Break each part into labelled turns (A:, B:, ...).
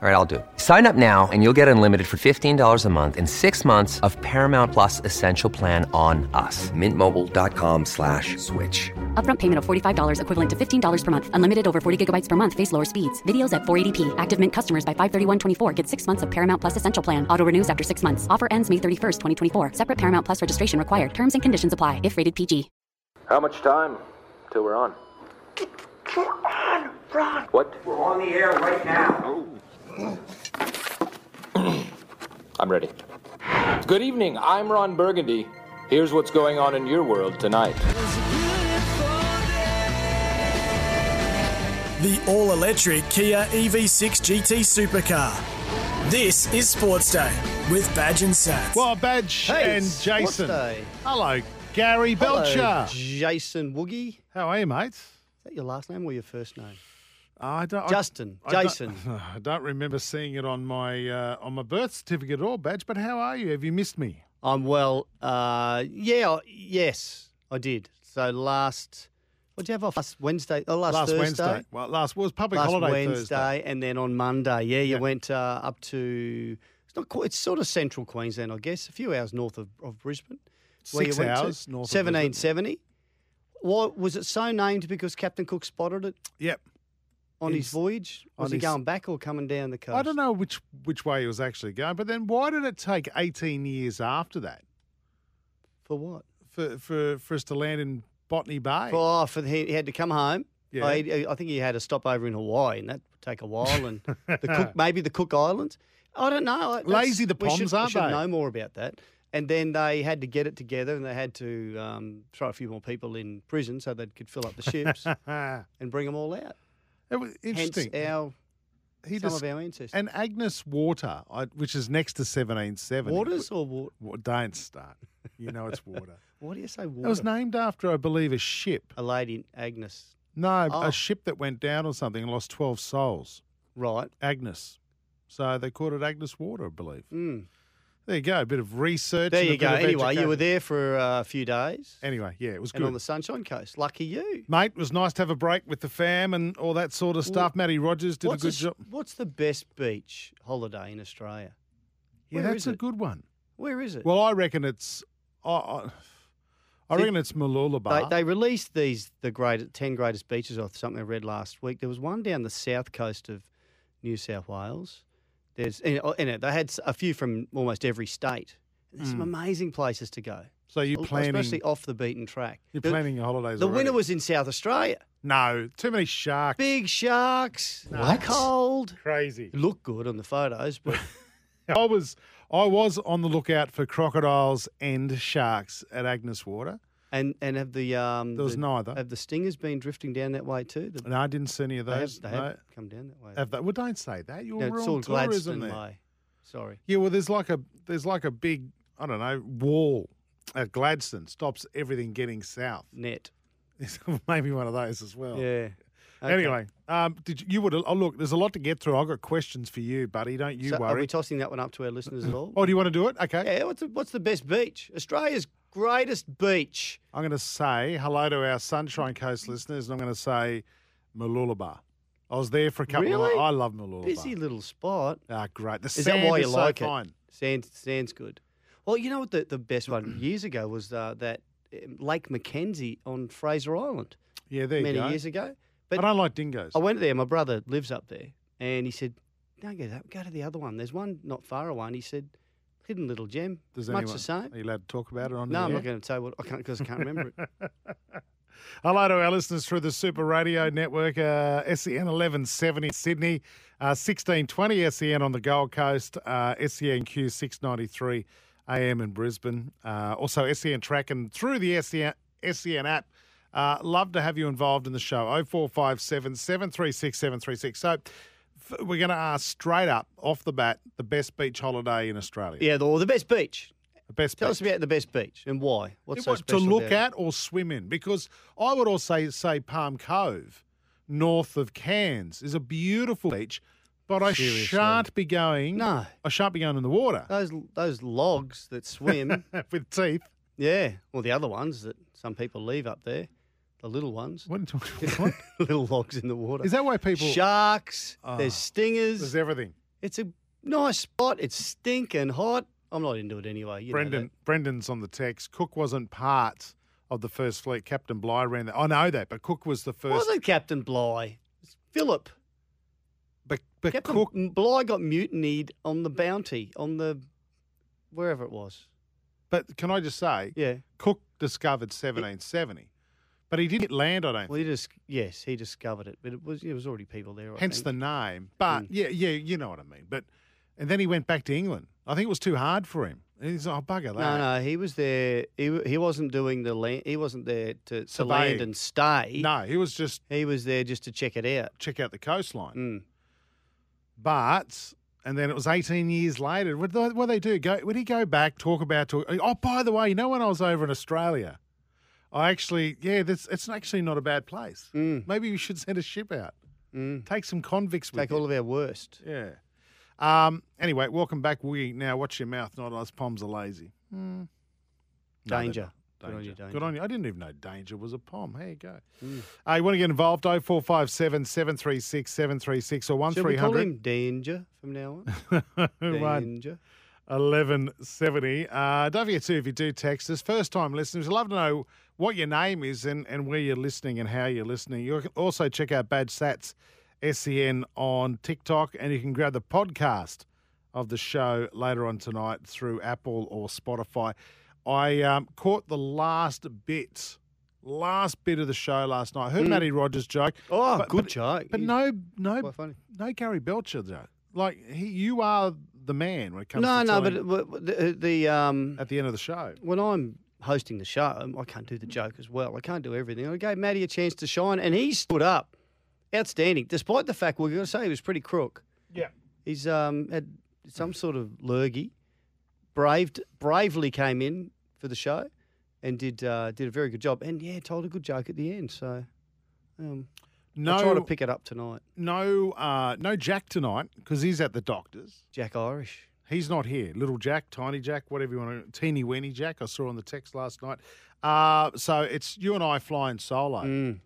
A: All right, I'll do. it. Sign up now and you'll get unlimited for $15 a month and six months of Paramount Plus Essential Plan on us. Mintmobile.com slash switch.
B: Upfront payment of $45 equivalent to $15 per month. Unlimited over 40 gigabytes per month. Face lower speeds. Videos at 480p. Active Mint customers by 531.24 get six months of Paramount Plus Essential Plan. Auto renews after six months. Offer ends May 31st, 2024. Separate Paramount Plus registration required. Terms and conditions apply if rated PG.
C: How much time till we're on?
D: We're on, Ron.
C: What?
D: We're on the air right now.
C: I'm ready. Good evening. I'm Ron Burgundy. Here's what's going on in your world tonight.
E: The all electric Kia E EV6 GT supercar. This is Sports Day with Badge and Sats.
F: Well, Badge
G: Hey,
F: and
G: it's
F: Jason.
G: Sports Day.
F: Hello, Gary
G: Hello,
F: Belcher.
G: Jason Woogie. Is
F: How are you, mate?
G: that your last name or your first name?
F: I don't. I-
G: Justin,
F: I don't-
G: Jason.
F: I don't remember seeing it on my uh, on my birth certificate or badge. But how are you? Have you missed me?
G: I'm well. Uh, yeah, I- yes, I did. So last, what did you have off last Wednesday? Oh, last, Thursday.
F: Wednesday. Well, last well, it was public
G: Last
F: holiday
G: Wednesday,
F: Thursday.
G: and then on Monday, yeah, you went uh, up to. It's not. quite. It's sort of central Queensland, I guess. A few hours north of, of Brisbane.
F: Six
G: you went to.
F: hours north of Brisbane.
G: 1770. Why was it so named? Because Captain Cook spotted it
F: Yep.
G: on
F: In-
G: his voyage. Was
F: on
G: he
F: his-
G: going back or coming down the coast?
F: I don't know which which way it was actually going. But then, why did it take 18 years after that
G: for what.
F: for for, for us to land in Botany Bay?
G: Oh, for the, he had to come home.
F: Yeah.
G: I, I think he had a stopover in Hawaii, and that would take a while. And the Cook, maybe the Cook Islands. I don't know. I- that's-
F: Lazy the
G: we should,
F: Poms, aren't
G: we should
F: they?
G: know more about that. And then they had to get it together, and they had to um, throw a few more people in prison so they could fill up the ships
F: Ah,
G: and bring them all out.
F: it was
G: Hence
F: interesting.
G: our
F: he
G: some
F: just,
G: of our ancestors.
F: and Agnes Water, I- which is next to 1770.
G: waters or wa-
F: Wa- Don't start. You know it's water.
G: what do you say? Water.
F: It was named after, I believe, a ship.
G: a lady Agnes,
F: No,
G: Oh.
F: a ship that went down or something and lost 12 souls.
G: right?
F: Agnes. So they called it Agnes Water, I believe.
G: Mm.
F: There you go. A bit of research.
G: There
F: and a
G: you
F: bit
G: go.
F: of
G: Anyway, you were
F: education.
G: there for uh, a few days,
F: Anyway, yeah, it was
G: and
F: good.
G: on the Sunshine Coast. Lucky you.
F: Mate, it was nice to have a break with the fam and all that sort of stuff. Matty Rogers did
G: what's
F: a good
G: s-
F: job.
G: What's the best beach holiday in Australia?
F: Yeah,
G: where
F: that's
G: is
F: a
G: it?
F: good one.
G: Where is it?
F: Well, I reckon it's. I, I, I
G: See,
F: reckon it's
G: they,
F: Malulabar.
G: they released these the great ten greatest beaches or something I read last week. There was one down the south coast of New South Wales. There's and, and it, they had s- a few from almost every state. There's some amazing places to go,
F: so Hmm. you're
G: al-
F: planning.
G: especially off the beaten track.
F: you're
G: The-
F: planning your holidays.
G: The
F: already.
G: winter was in South Australia.
F: no too many sharks.
G: Big sharks. Cold.
F: Crazy.
G: Looked good on the photos, but
F: I was I was on the lookout for crocodiles and sharks at Agnes Water.
G: and and have the um
F: There was
G: the-
F: neither.
G: Have the stingers been drifting down that way too? The-
F: No, I didn't see any of
G: They
F: those.
G: have, they
F: no.
G: have come down that way.
F: Have they- Well, don't say that. You'll
G: no, it's all
F: ruin tourism
G: Gladstone
F: there.
G: Way. Sorry.
F: Yeah, well, there's like a there's like a big I don't know wall at Gladstone stops everything getting south.
G: Net.
F: Maybe one of those as well.
G: Yeah. Okay.
F: Anyway, um, did you, you would oh, look? There's a lot to get through. I've got questions for you, buddy. Don't you
G: So Are
F: worry.
G: we tossing that one up to our listeners at all?
F: oh, do you want to do it? Okay.
G: yeah. What's the, what's the best beach? Australia's greatest beach.
F: I'm going to say hello to our Sunshine Coast listeners, and I'm going to say Malulabar. I was there for a couple of
G: Really?
F: I love Malulabar.
G: Busy little spot.
F: Ah, great. The
G: Is
F: sand
G: that why you
F: is
G: like
F: so fine.
G: it? Sand, sand's good. Well, you know what the, the best one years ago was uh, that um, Lake Mackenzie on Fraser Island
F: Yeah, there
G: many
F: you go.
G: years ago.
F: I don't like dingoes.
G: I went there. My brother lives up there, and he said, "Don't go to that. Go to the other one. There's one not far away." And he said, "Hidden little gem.
F: Does
G: much
F: anyone,
G: the same."
F: Are you allowed to talk about it on
G: No,
F: the
G: I'm
F: air?
G: not going to tell what I can't because I can't remember it.
F: Hello to our listeners through the Super Radio Network, uh, SEN 1170 Sydney, uh, 1620 SEN E on the Gold Coast, uh, SENQ 693 AM in Brisbane. Uh, also, SEN Track and through the E SEN, SEN app. Uh, love to have you involved in the show. 0457 736 736. So, f- we're going to ask straight up off the bat the best beach holiday in Australia.
G: Yeah, the, or the best beach.
F: The best
G: Tell
F: beach.
G: us about the best beach and why. What's
F: It
G: so
F: was to
G: special
F: look
G: about
F: at
G: it?
F: or swim in because I would also say, say Palm Cove, north of Cairns, is a beautiful beach, but I
G: Seriously.
F: shan't be going.
G: No.
F: I shan't be going in the water
G: Those those logs that swim.
F: with teeth.
G: Yeah. Well, the other ones that some people leave up there, the little ones,
F: What are you talking about?
G: little logs in the water.
F: Is that why people.
G: Sharks.
F: Ah.
G: there's stingers.
F: There's everything.
G: It's a nice spot. It's stinking hot. I'm not into it anyway. You know
F: Brendan, Brendan's on the text. Cook wasn't part of the first fleet. Captain Bligh ran that. I know that, but Cook was the
G: that.
F: first.
G: wasn't Captain Bligh. It's Philip.
F: But, but
G: Captain
F: Cook.
G: Bligh got mutinied on the bounty, on the wherever it was.
F: But can I just say,
G: Yeah.
F: Cook discovered 1770, but he didn't land on it.
G: Well, he just yes, he discovered it, but it was there was already people there. I
F: Hence the
G: think.
F: name.
G: Hmm.
F: But yeah, yeah, you know what I mean. But and then he went back to England. I think it was too hard for him. And he's oh bugger that.
G: No, no, he was there. He wa- he wasn't doing the land. He wasn't there to, to
F: Surveying.
G: land and stay.
F: No, he was just
G: he was there just to check it out.
F: check out the coastline.
G: Mm.
F: But and then it was 18 years later. What did they, what they do? Go? Would he go back? Talk about? Talk, oh, by the way, you know when I was over in Australia, I actually yeah, that's it's actually not a bad place.
G: Hmm.
F: Maybe we should send a ship out. Take some convicts with
G: Take all of our worst.
F: you. yeah. Um, anyway, welcome back, Wiggy. Now, watch your mouth, not us. Poms are lazy. they're
G: Danger.
F: Danger.
G: Good on you, danger. Mm.
F: Good on you. I didn't even know danger was a pom. There you go. Uh, you want to get involved? 0457 736 736 or
G: Should we call
F: 1300
G: him Danger from now on?
F: 1
G: Danger.
F: 1170. Uh, don't forget, too, if you do text us, first time listeners, I'd love to know what your name is and, and where you're listening and how you're listening. You can also check out Bad Sats SEN on TikTok, and you can grab the podcast of the show later on tonight through Apple or Spotify. I um, caught the last bit, last bit of the show last night. I heard Matty Rogers joke.
G: Hmm. Oh,
F: but-
G: good
F: but-
G: joke.
F: But
G: He's
F: no, no,
G: quite funny.
F: no Gary Belcher though. Like he, you are the man when it comes.
G: No,
F: to
G: no, but
F: telling-
G: it- w- w- the, the um,
F: at the end of the show.
G: when I'm hosting the show, um, I can't do the joke as well. I can't do everything. I gave Matty a chance to shine, and he stood up, outstanding. Despite the fact we're going to say he was pretty crook.
F: Yeah.
G: He's um had some sort of lurgy, braved bravely came in for the show, and did uh, did a very good job. And yeah, told a good joke at the end. So um, I'll try
F: No,
G: to pick it up tonight.
F: no, uh, no Jack tonight because he's at the doctor's.
G: Jack Irish.
F: He's not here. Little Jack, Tiny Jack, whatever you want to, Teeny Weeny Jack. I saw on the text last night. Uh, so it's you and I flying solo.
G: Mm.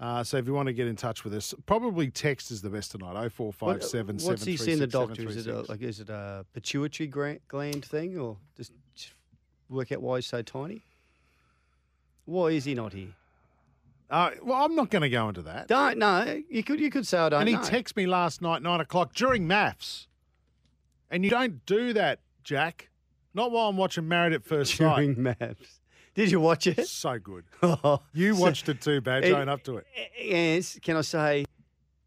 F: Uh, so if you want to get in touch with us, probably text is the best tonight. Oh four five seven seven.
G: What's he seen the doctor? Is it a, like is it a pituitary gra- gland thing, or just, just work out why he's so tiny? Why is he not here?
F: Uh, well, I'm not going to go into that.
G: Don't know. You could you could say I don't
F: And he
G: know.
F: texted me last night, nine o'clock during maths. And you don't do that, Jack. Not while I'm watching Married at First Sight.
G: during maps. Did you watch it?
F: So good. You
G: you
F: watched it too bad.
G: It-
F: Don't up to it.
G: Yes. Can I say?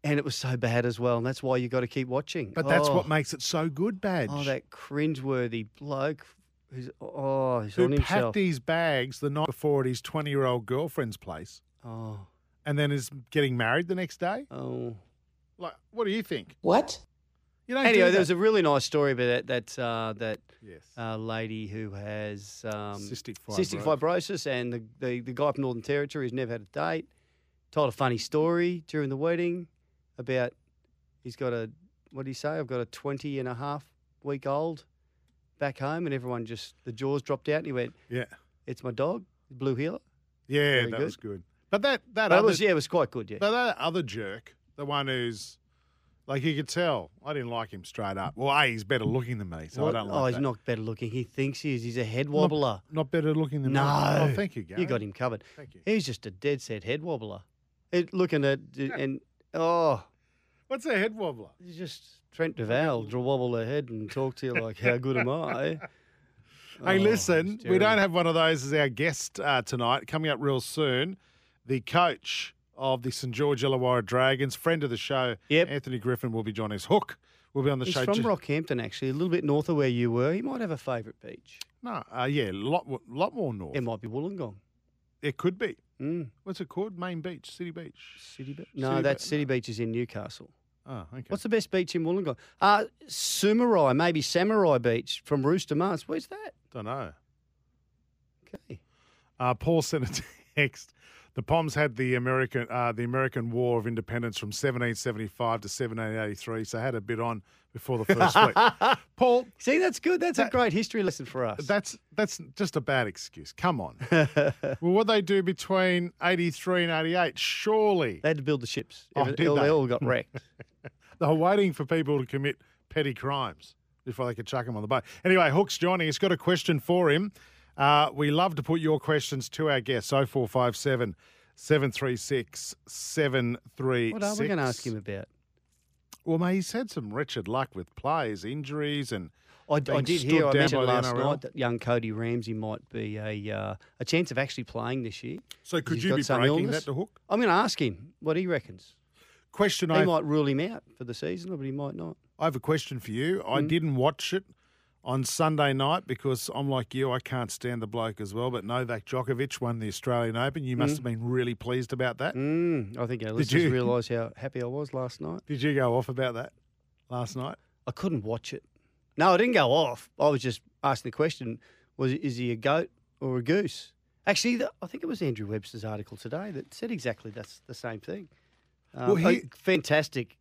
G: And it was so bad as well, and that's why you got to keep watching.
F: But that's
G: Oh.
F: what makes it so good, Badge.
G: Oh, that cringeworthy bloke who's oh, he's on
F: Who
G: himself.
F: packed his bags the night before at his 20 year old girlfriend's place
G: oh,
F: and then is getting married the next day?
G: oh.
F: Like, what do you think?
H: What?
F: You don't
G: Anyway,
F: do
G: there was
F: that.
G: a really nice story about that that uh, that
F: Yes.
G: uh, lady who has um,
F: Cystic
G: cystic
F: fibro-
G: fibrosis, and the, the the guy from Northern Territory who's never had a date told a funny story during the wedding about he's got a what did he say? I've got a 20 and a half week old back home, and everyone just the jaws dropped out, and he went,
F: yeah.
G: "It's my dog, Blue Heeler."
F: Yeah,
G: Very
F: that
G: good.
F: was good. But that, that
G: But
F: other
G: it was yeah, it was quite good. Yeah,
F: But that other jerk, the one who's like you could tell, I didn't like him straight up. Well, a he's better looking than me, so
G: What-
F: I don't like.
G: oh, he's
F: that.
G: not better looking. He thinks he is. He's a head
F: Not-
G: wobbler.
F: Not, better looking than
G: No.
F: me. Oh, thank you, Gary.
G: You got him covered.
F: Thank you.
G: He's just a dead set head wobbler. It, looking at and oh,
F: What's a head wobbler?
G: he's just Trent Duval to wobble her head and talk to you like, "How good am I?"
F: hey,
G: Oh,
F: listen,
G: it's
F: we don't
G: terrible.
F: have one of those as our guest uh, tonight. Coming up real soon, the coach of the St George Illawarra Dragons, friend of the show,
G: Yep.
F: Anthony Griffin will be joining us. Hook will be on the
G: He's
F: show.
G: from
F: ju-
G: Rockhampton, actually, a little bit north of where you were. He might have a favourite beach.
F: No, uh, yeah, lot lot more north.
G: It might be Wollongong.
F: It could be.
G: Mm,
F: What's it called? Main Beach, City Beach.
G: City Beach. No,
F: City
G: that
F: Beach.
G: City Beach is in Newcastle.
F: Oh, okay.
G: What's the best beach in Wollongong? Uh, Sumarai, maybe Samurai Beach from Rooster Mars. Where's that?
F: Don't know.
G: Okay.
F: Uh, Paul sent a next. The Poms had the American uh, the American War of Independence from 1775 to 1783, so had a bit on before the first week. Paul,
G: See, that's good. That's a great history lesson for us.
F: that's that's just a bad excuse. Come on. well, what they do between 83 and 88? Surely
G: they had to build the ships.
F: Oh,
G: Every-
F: did
G: all-
F: they?
G: they all got wrecked.
F: They're waiting for people to commit petty crimes before they could chuck them on the boat. Anyway, Hook's joining. He's got a question for him. Uh, we love to put your questions to our guests. 0457 736 736.
G: what are we going to ask him about?
F: Well, mate, he's had some wretched luck with players, injuries, and
G: I, I
F: being
G: did
F: stood
G: hear I
F: down
G: mentioned
F: by the
G: last
F: NRL.
G: night that young Cody Ramsey might be a uh, a chance of actually playing this year.
F: So could
G: He's
F: you
G: got
F: be
G: some
F: breaking
G: illness.
F: that to Hook?
G: I'm going to ask him what he reckons.
F: Question
G: He
F: I,
G: might rule him out for the season, or he might not.
F: I have a question for you. I didn't watch it on Sunday night because I'm like you, I can't stand the bloke as well. But Novak Djokovic won the Australian Open. You must have been really pleased about that.
G: Mm, I think our listeners
F: Hmm. you?
G: realise how happy I was last night.
F: Did you go off about that last night?
G: I couldn't watch it. No, I didn't go off. I was just asking the question: Was is he a goat or a goose? Actually, the, I think it was Andrew Webster's article today that said exactly that's the same thing. Um,
F: Well, he-
G: uh, fantastic,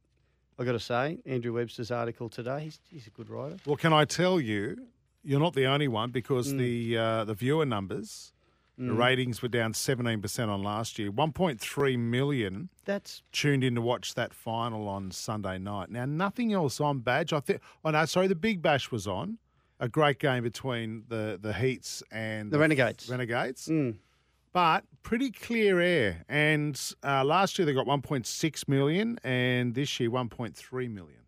G: I got to say, Andrew Webster's article today. He's, he's a good writer.
F: Well, can I tell you, you're not the only one because the uh, the viewer numbers, the ratings were down 17% on last year. 1.3 million
G: That's
F: tuned in to watch that final on Sunday night. Now, nothing else on Badge. I think. Oh no, sorry, the Big Bash was on. A great game between the the Heats and
G: The Renegades. Mm.
F: Renegades. But pretty clear air. And uh, last year they got 1.6 million, and this year 1.3 million.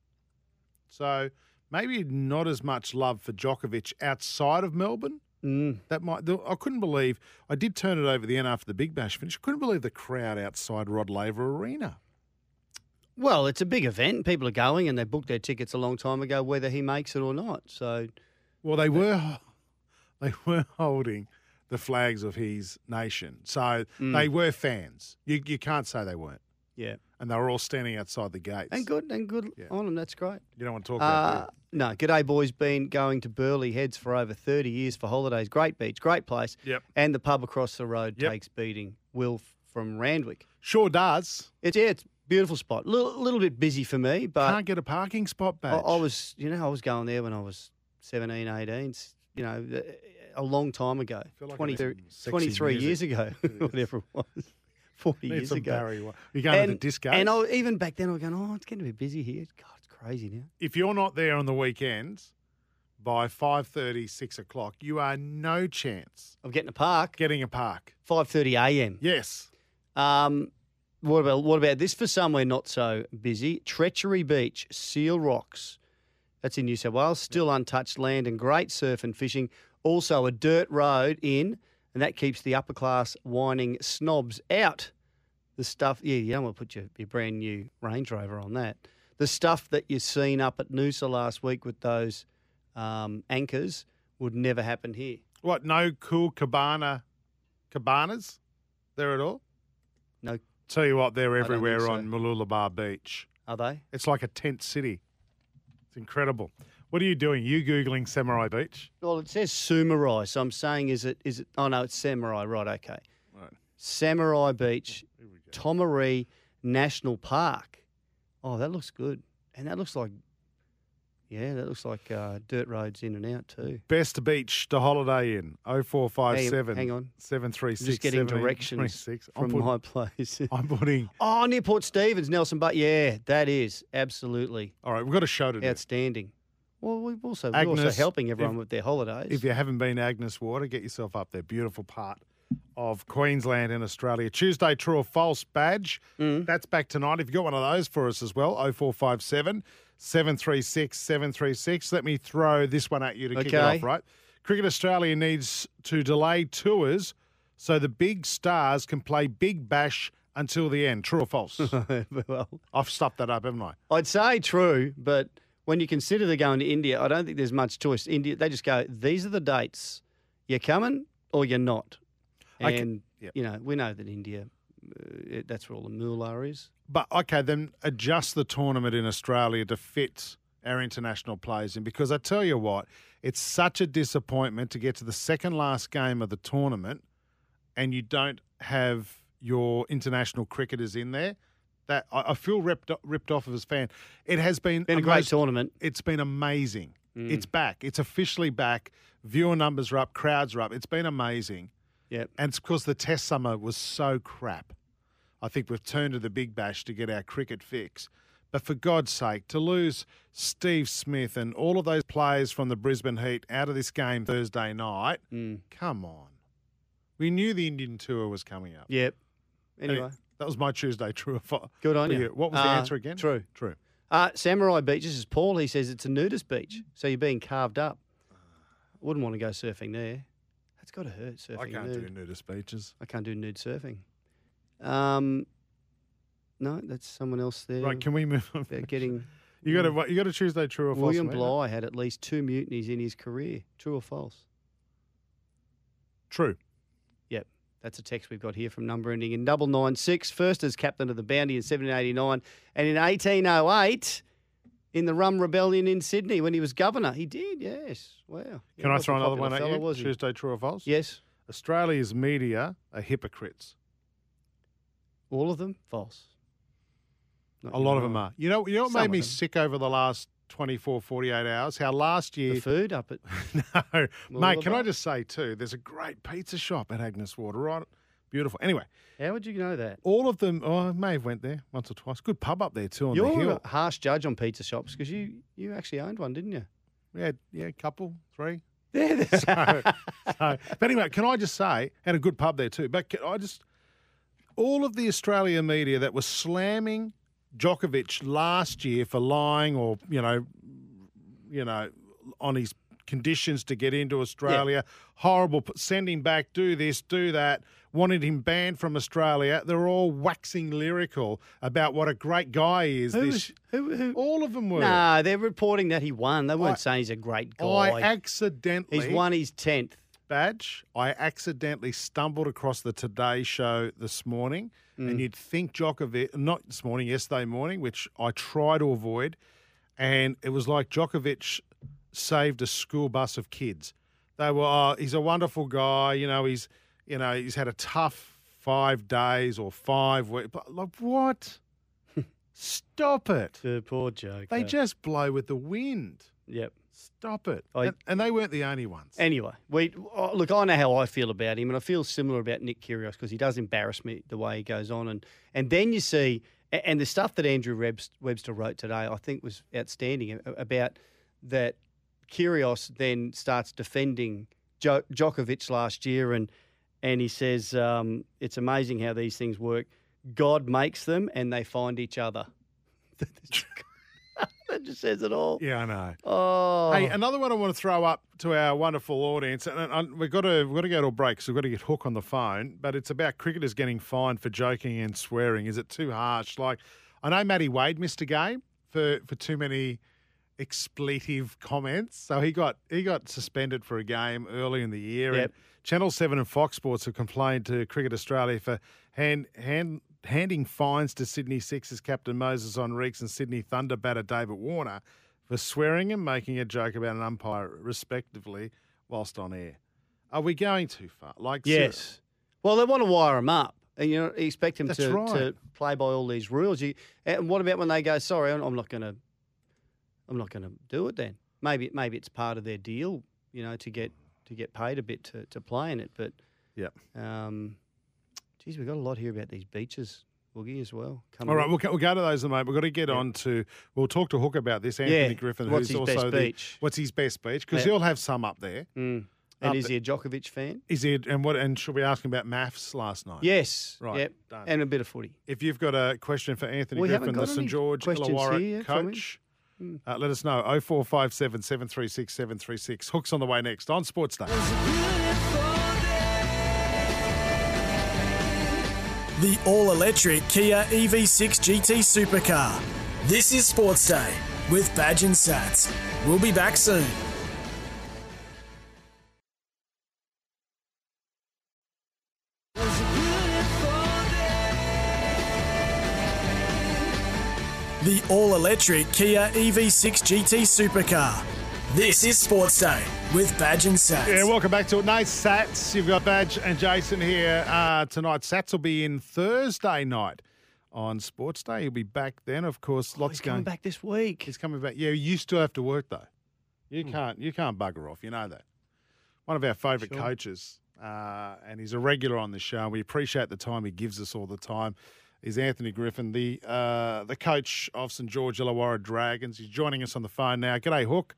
F: So maybe not as much love for Djokovic outside of Melbourne.
G: mm,
F: That might. though, I couldn't believe. I did turn it over the end after the Big Bash finish. Couldn't believe the crowd outside Rod Laver Arena.
G: well, it's a big event. People are going, and they booked their tickets a long time ago, whether he makes it or not. So
F: Well, they were they were holding the flags of his nation, so
G: Mm.
F: they were fans. You you can't say they weren't,
G: yeah,
F: and they were all standing outside the gates.
G: and good and good on him. That's great.
F: You don't want to talk
G: Uh,
F: about
G: no, G'day Boy's been going to Burley Heads for over 30 years for holidays. Great beach, great place.
F: Yep.
G: And the pub across the road
F: Yep.
G: takes beating. Will f- from Randwick.
F: it. Sure does.
G: It's yeah, it's a beautiful spot. A little, little bit busy for me, but
F: can't get a parking spot
G: I,
F: back.
G: I was, you know, I was going there when I was 17, 18, s- you know, th- a long time ago,
F: feel like I
G: 20,
F: need some sexy
G: 23 years
F: music.
G: ago, whatever it was, 40
F: Need
G: years
F: some
G: ago.
F: Barry White. You're going to the disco.
G: and I, even back then, I was going, oh, it's getting a bit busy here. God, it's crazy now.
F: if you're not there on the weekends by 5.30, 6 o'clock, you are no chance
G: I'm getting a park,
F: getting a park.
G: 5.30 a.m.
F: Yes.
G: Um, what about what about this for somewhere not so busy? Treachery Beach, Seal Rocks. That's in New South Wales. Still untouched land and great surf and fishing. Also a dirt road in, and that keeps the upper class whining snobs out. The stuff, yeah, you don't want to put your, your brand new Range Rover on that. The stuff that you've seen up at Noosa last week with those um, anchors would never happen here.
F: What, no cool cabana, cabanas there at all?
G: No,
F: Tell you what, they're
G: don't think
F: everywhere
G: so.
F: on Mooloolaba Beach.
G: are they?
F: It's like a tent city. It's incredible. What are you doing? You googling Samurai Beach?
G: Well, it says samurai, so I'm saying is it is it? Oh no, it's samurai. Right, okay. Samurai Beach,
F: Oh,
G: Tomaree National Park. Oh, that looks good, and that looks like, yeah, that looks like uh, dirt roads in and out too.
F: Best beach to holiday in. 0457.
G: Hang- hang on. I'm
F: 736.
G: just getting directions
F: 736. I'm,
G: from
F: put-
G: my place.
F: I'm putting.
G: oh, near Port Stevens, Nelson. But yeah, that is absolutely
F: All right, we've got a show to do.
G: outstanding. Well, we've also we're
F: Agnes,
G: also helping
F: if-
G: everyone with their holidays.
F: If you haven't been to Agnes Water, get yourself up there. Beautiful part of Queensland and Australia. Tuesday, true or false badge. That's back tonight. If you've got one of those for us as well, 0457 736 736. Let me throw this one at you to kick it
G: Okay.
F: off, right? Cricket Australia needs to delay tours so the big stars can play Big Bash until the end. True or false?
G: well,
F: I've stuffed that up, haven't I?
G: I'd say true, but when you consider they're going to India, I don't think there's much choice. India, they just go, these are the dates. You're coming or you're not.
F: I
G: And,
F: ca- yep.
G: you know, we know that India, uh, it- that's where all the moolah is.
F: But okay, then adjust the tournament in Australia to fit our international players in because I tell you what, it's such a disappointment to get to the second last game of the tournament and you don't have your international cricketers in there, that I, I feel ripped ripped off of as a fan. It has been,
G: Been a
F: a
G: great
F: most-
G: tournament. Mm.
F: It's been amazing. It's back. It's officially back. Viewer numbers are up. Crowds are up. It's been amazing.
G: Yep.
F: And it's because the test summer was so crap. I think we've turned to the big bash to get our cricket fix. But for God's sake, to lose Steve Smith and all of those players from the Brisbane Heat out of this game Thursday night,
G: Mm.
F: come on. We knew the Indian tour was coming up.
G: Yep. Anyway,
F: That was my Tuesday true or false.
G: Good on
F: For
G: you.
F: What was the
G: Uh,
F: answer again?
G: true.
F: True.
G: uh, Samurai Beaches is Paul. He says it's a nudist beach, so you're being carved up. Wouldn't want to go surfing there. That's got to hurt surfing.
F: I can't
G: nude.
F: do nudist speeches.
G: I can't do nude surfing. Um, no, that's someone else there.
F: Right, can we move on?
G: They're getting
F: You got a you got a Tuesday true or false.
G: William
F: Amanda?
G: Bligh had at least two mutinies in his career. True or false?
F: True.
G: Yep. That's a text we've got here from number ending in double nine six. First as captain of the Bounty in 1789, and in 1808 in the Rum Rebellion in Sydney when he was governor. He did, yes. Wow. Yeah,
F: Can I
G: wasn't
F: throw another
G: popular
F: one at
G: fella,
F: you?
G: was he?
F: Tuesday true or false?
G: Yes.
F: Australia's media are hypocrites.
G: All of them false. Not
F: A
G: you,
F: lot
G: no.
F: of them are. You know, you know what
G: Mm. Some
F: made
G: of
F: me
G: them.
F: sick over the last 24, 48 hours? How last
G: The
F: year.
G: food up at
F: no. Mate, can I
G: about-
F: just say, too, there's a great pizza shop at Agnes Water, right? Beautiful. Anyway,
G: How would you know that?
F: all of them, oh, I may have went there once or twice. Good pub up there, too, on the
G: You're
F: hill.
G: a harsh judge on pizza shops because you, you actually owned one, didn't you?
F: We had, yeah, a couple, three.
G: Yeah.
F: so, so- but anyway, can I just say, and a good pub there too. But can I just, all of the Australian media that was slamming Djokovic last year for lying or you know, you know, on his conditions to get into Australia, horrible, p- send him back, do this, do that, wanted him banned from Australia. They're all waxing lyrical about what a great guy he is.
G: Who
F: this,
G: was- who- who-
F: all of them were.
G: Nah, they're reporting that he won. They weren't
F: I-
G: saying he's a great guy.
F: I accidentally
G: he's won his tenth.
F: badge, I accidentally stumbled across the Today Show this morning, and you'd think Djokovic, not this morning, yesterday morning, which I try to avoid, and it was like Djokovic saved a school bus of kids. They were, oh, he's a wonderful guy, you know, he's, you know, he's had a tough five days or five weeks. But like, what? Stop it.
G: The poor joke.
F: They just blow with the wind.
G: Yep.
F: Stop it.
G: I-
F: and, and they weren't the only ones.
G: Anyway, we oh, look. I know how I feel about him, and I feel similar about Nick Kyrgios because he does embarrass me the way he goes on, and and then you see a- and the stuff that Andrew Rebs- Webster wrote today, I think was outstanding a- about that. Kyrgios then starts defending jo- Djokovic last year, and and he says um, it's amazing how these things work. God makes them, and they find each other. that just says it all.
F: yeah, I know.
G: Oh,
F: Hey, another one I want to throw up to our wonderful audience, and, and we've got to we've got to go to a break, so we've got to get Hook on the phone. But it's about cricketers getting fined for joking and swearing. Is it too harsh? Like, I know Matty Wade missed a game for for too many expletive comments, so he got he got suspended for a game early in the year. And
G: Yep.
F: Channel Seven and Fox Sports have complained to Cricket Australia for hand hand. Handing fines to Sydney Sixers captain Moses Onreeks and Sydney Thunder batter David Warner for swearing and making a joke about an umpire, respectively, whilst on air. Are we going too far? Like, ser-
G: Yes. Well, they want to wire him up, and you know, expect him
F: That's
G: to,
F: right.
G: to play by all these rules. You, and what about when they go, "Sorry, I'm I'm not going to, I'm not going to do it"? Then maybe maybe it's part of their deal, you know, to get to get paid a bit to, to play in it. But
F: Yep.
G: um, geez, we've got a lot here about these beaches, Woogie, as well. Coming
F: All right,
G: up.
F: we'll, go- we'll go to those in a moment. We've got to get on to. We'll talk to Hook about this. Anthony
G: Yeah.
F: Griffin,
G: What's
F: who's
G: his best
F: also the-
G: beach?
F: what's his best beach? Because
G: Yeah.
F: he'll have some up there.
G: Mm. And is he a Djokovic fan?
F: Is he? And what? And should we ask him about maths last night?
G: Yes.
F: Right,
G: Yep.
F: done.
G: And a bit of footy.
F: If you've got a question for Anthony
G: We haven't
F: Griffin, the
G: got any
F: St George
G: questions here Hmm.
F: Illawarra
G: from him.
F: coach, uh, let us know. 0457 736 736. Hooks on the way next on Sports Day.
E: The all electric Kia E EV6 GT Supercar. This is Sports Day with Badge and Sats. We'll be back soon. E The all electric Kia EV6 GT Supercar. This is Sports Day with Badge and Sats.
F: Yeah, welcome back to it. Nice Sats. You've got Badge and Jason here uh, tonight. Sats will be in Thursday night on Sports Day. He'll be back then, of course.
G: Oh, He's
F: Lots
G: coming
F: going.
G: back this week.
F: He's coming back. Yeah, you still have to work though. You can't. You can't bugger off. You know that. One of our favourite coaches, uh, and he's a regular on the show. We appreciate the time he gives us all the time. Is Anthony Griffin, the uh, the coach of St George Illawarra Dragons. He's joining us on the phone now. G'day, Hook.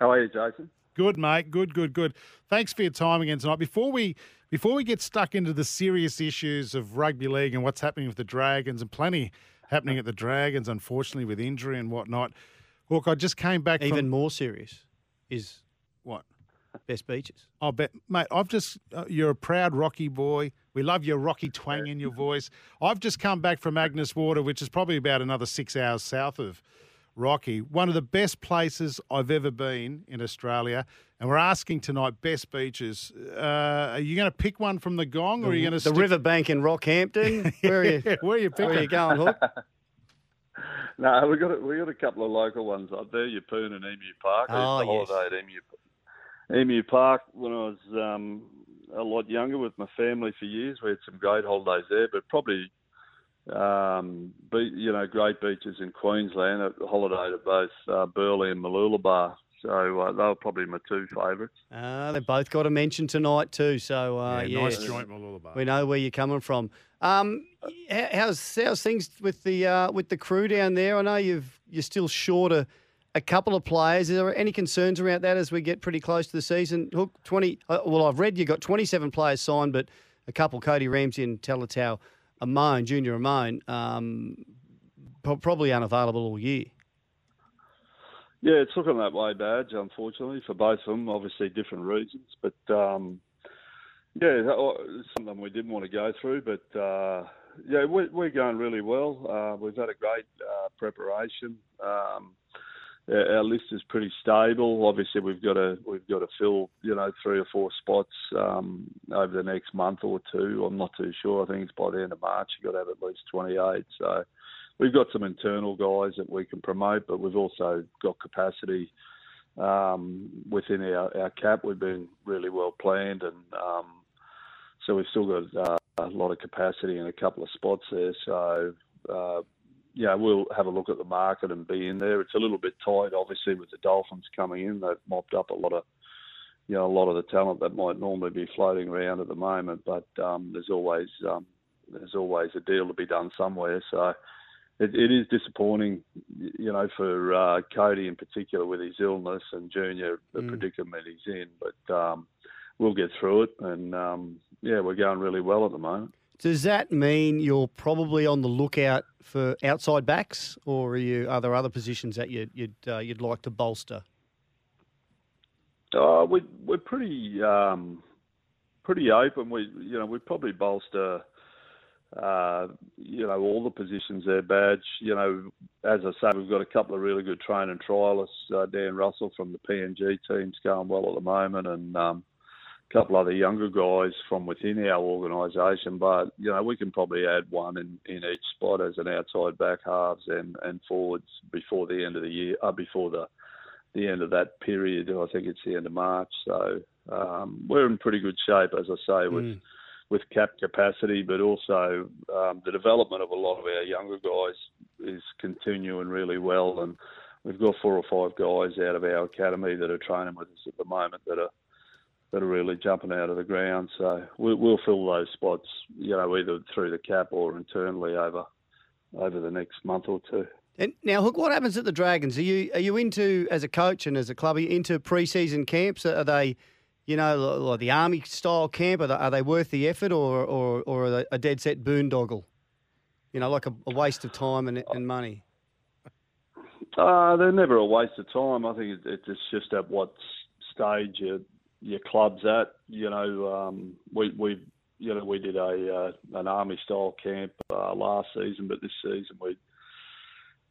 H: How are you, Jason?
F: Good, mate. Good, good, good. Thanks for your time again tonight. Before we before we get stuck into the serious issues of rugby league and what's happening with the Dragons and plenty happening at the Dragons, unfortunately, with injury and whatnot. Look, I just came back
G: Even
F: from
G: more serious is
F: what?
G: best beaches.
F: I bet, mate. I've just uh, you're a proud Rocky boy. We love your Rocky twang in your voice. I've just come back from Agnes Water, which is probably about another six hours south of Rocky. One of the best places I've ever been in Australia. And we're asking tonight best beaches. Uh, are you going to pick one from the gong, or are you going to
G: The riverbank in Rockhampton. Where are you?
F: Where are you
G: Where are you
F: picking?
G: going, Hook?
H: No, we got a, we got a couple of local ones up there. Yeppoon and Emu Park.
G: Oh,
H: I used to
G: yes.
H: holiday at Emu, Emu Park when I was um, a lot younger with my family for years. We had some great holidays there, but probably um, be, you know great beaches in Queensland. I holidayed at both uh, Burley and Mooloolaba, so uh, they were probably my two favourites.
G: Uh, they both got a mention tonight too. So uh, yeah,
F: nice joint, Malulabar.
G: We know where you're coming from. Um, h- how's how's things with the uh, with the crew down there? I know you've you're still short a, a couple of players. Are there any concerns around that as we get pretty close to the season? Hook twenty. Uh, well, I've read you got 27 players signed, but a couple Cody Ramsey and Teletau Amone, Junior Amone, um, pro- probably unavailable all year.
H: Yeah, it's looking that way, Badge, unfortunately, for both of them. Obviously, different reasons. But, um, yeah, that wa- something we didn't want to go through. But, uh, yeah, we're, we're going really well. Uh, we've had a great uh, preparation. Um, our our list is pretty stable. Obviously, we've got to we've got to fill you know three or four spots um, over the next month or two. I'm not too sure. I think it's by the end of March. You've got to have at least 28. So we've got some internal guys that we can promote, but we've also got capacity um, within our, our cap. We've been really well planned, and um, so we've still got uh, a lot of capacity in a couple of spots there. So, uh, yeah, we'll have a look at the market and be in there. It's a little bit tight, obviously, with the Dolphins coming in. They've mopped up a lot of. You know, a lot of the talent that might normally be floating around at the moment, but um, there's always um, there's always a deal to be done somewhere. So it, it is disappointing, y- you know, for uh, Cody in particular with his illness and Junior the predicament he's in. But um, we'll get through it, and um, yeah, we're going really well at the moment.
G: Does that mean you're probably on the lookout for outside backs, or are you are there other positions that you'd you'd, uh, you'd like to bolster?
H: Uh, we, we're pretty um, pretty open. We you know we probably bolster uh, you know all the positions there. Badge. You know, as I say, we've got a couple of really good train and trialists. Uh, Dan Russell from the PNG team's going well at the moment, and um, a couple other younger guys from within our organisation. But you know, we can probably add one in, in each spot as an outside back halves and, and forwards before the end of the year. Uh, before the the end of that period. I think it's the end of March. So um, we're in pretty good shape, as I say, with with cap capacity, but also um, the development of a lot of our younger guys is continuing really well. And we've got four or five guys out of our academy that are training with us at the moment that are that are really jumping out of the ground. So we, we'll fill those spots, you know, either through the cap or internally over over the next month or two.
G: And now, Hook, what happens at the Dragons? Are you are you into as a coach and as a club? Are you into preseason camps? Are they, you know, li- like the army style camp? Are they, are they worth the effort, or or or are they a dead set boondoggle? You know, like a, a waste of time and, and money.
H: Uh, they're never a waste of time. I think it, it, it's just at what s- stage your your club's at. You know, um, we we you know we did a uh, an army style camp uh, last season, but this season we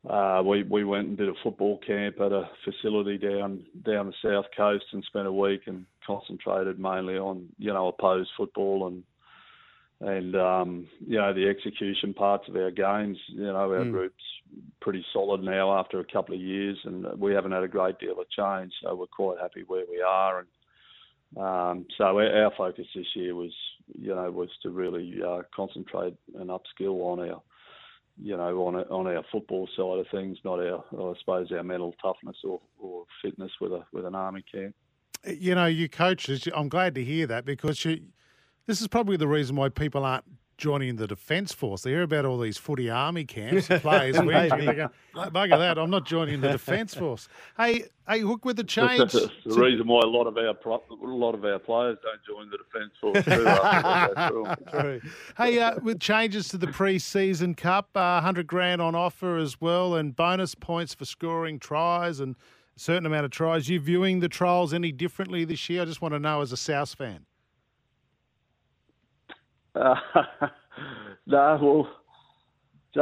H: uh, we we went and did a football camp at a facility down down the south coast and spent a week and concentrated mainly on you know opposed football and and um, you know the execution parts of our games. You know our group's pretty solid now after a couple of years, and we haven't had a great deal of change, so we're quite happy where we are. And um, so our, our focus this year was, you know, was to really uh, concentrate and upskill on our, you know, on our- on our football side of things, not our, I suppose, our mental toughness or, or fitness with a with an army camp.
F: You know, you coaches, I'm glad to hear that because you, this is probably the reason why people aren't joining the defence force. They hear about all these footy army camps, players, wings, and they go, "Oh, bugger that, I'm not joining the defence force. Hey, hey, hook with the change.
H: That's the reason why a lot of our pro- a lot of our players don't join the defence force. Too, after they go through.
F: hey, uh, with changes to the pre-season cup, uh, hundred grand on offer as well, and bonus points for scoring tries and a certain amount of tries. You viewing the trials any differently this year? I just want to know as a South fan.
H: Uh, no, well,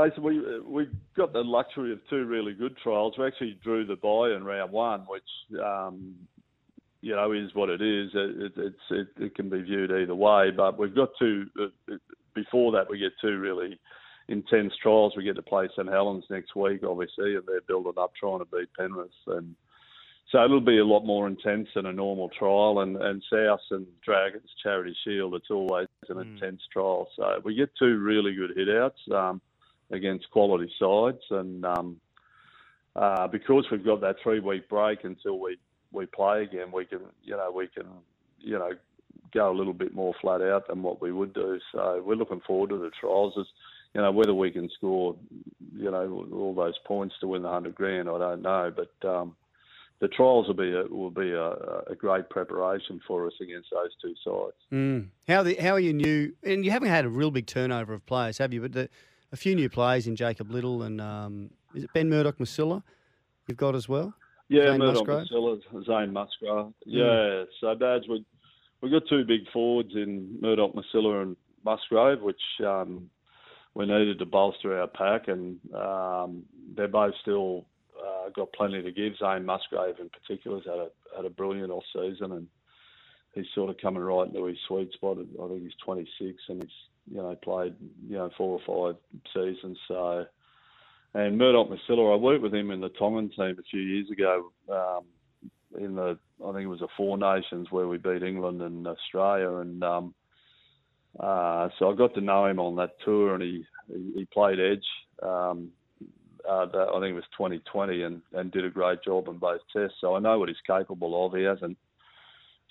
H: Jason, we we got the luxury of two really good trials. We actually drew the bye in round one, which um, you know is what it is. It, it, it's it, it can be viewed either way, but we've got two. Uh, before that, we get two really intense trials. We get to play St Helens next week, obviously, and they're building up trying to beat Penrith and. So it'll be a lot more intense than a normal trial, and and South and Dragons Charity Shield. It's always an intense trial. So we get two really good hitouts um, against quality sides, and um, uh, because we've got that three week break until we we play again, we can you know we can you know go a little bit more flat out than what we would do. So we're looking forward to the trials. It's, you know whether we can score you know all those points to win the hundred grand. I don't know, but. Um, the trials will be a, will be a, a great preparation for us against those two sides.
G: How the how are you new? And you haven't had a real big turnover of players, have you? But the, a few new players in Jacob Little and um, is it Ben Murdoch Masilla you've got as well?
H: Yeah,
G: Zane
H: Murdoch
G: Musgrave?
H: Musilla, Zane Musgrave. Yeah, so Badge, we we got two big forwards in Murdoch Masilla and Musgrave, which um, we needed to bolster our pack, and um, they're both still uh, got plenty to give. Zane Musgrave, in particular, has had a had a brilliant off season, and he's sort of coming right into his sweet spot. I think he's 26, and he's you know played you know four or five seasons. So, and Murdoch Masilla, I worked with him in the Tongan team a few years ago. Um, in the I think it was the Four Nations where we beat England and Australia, and um, uh, so I got to know him on that tour, and he he, he played edge. Um, uh, that, I think it was 2020, and, and did a great job on both tests. So I know what he's capable of. He hasn't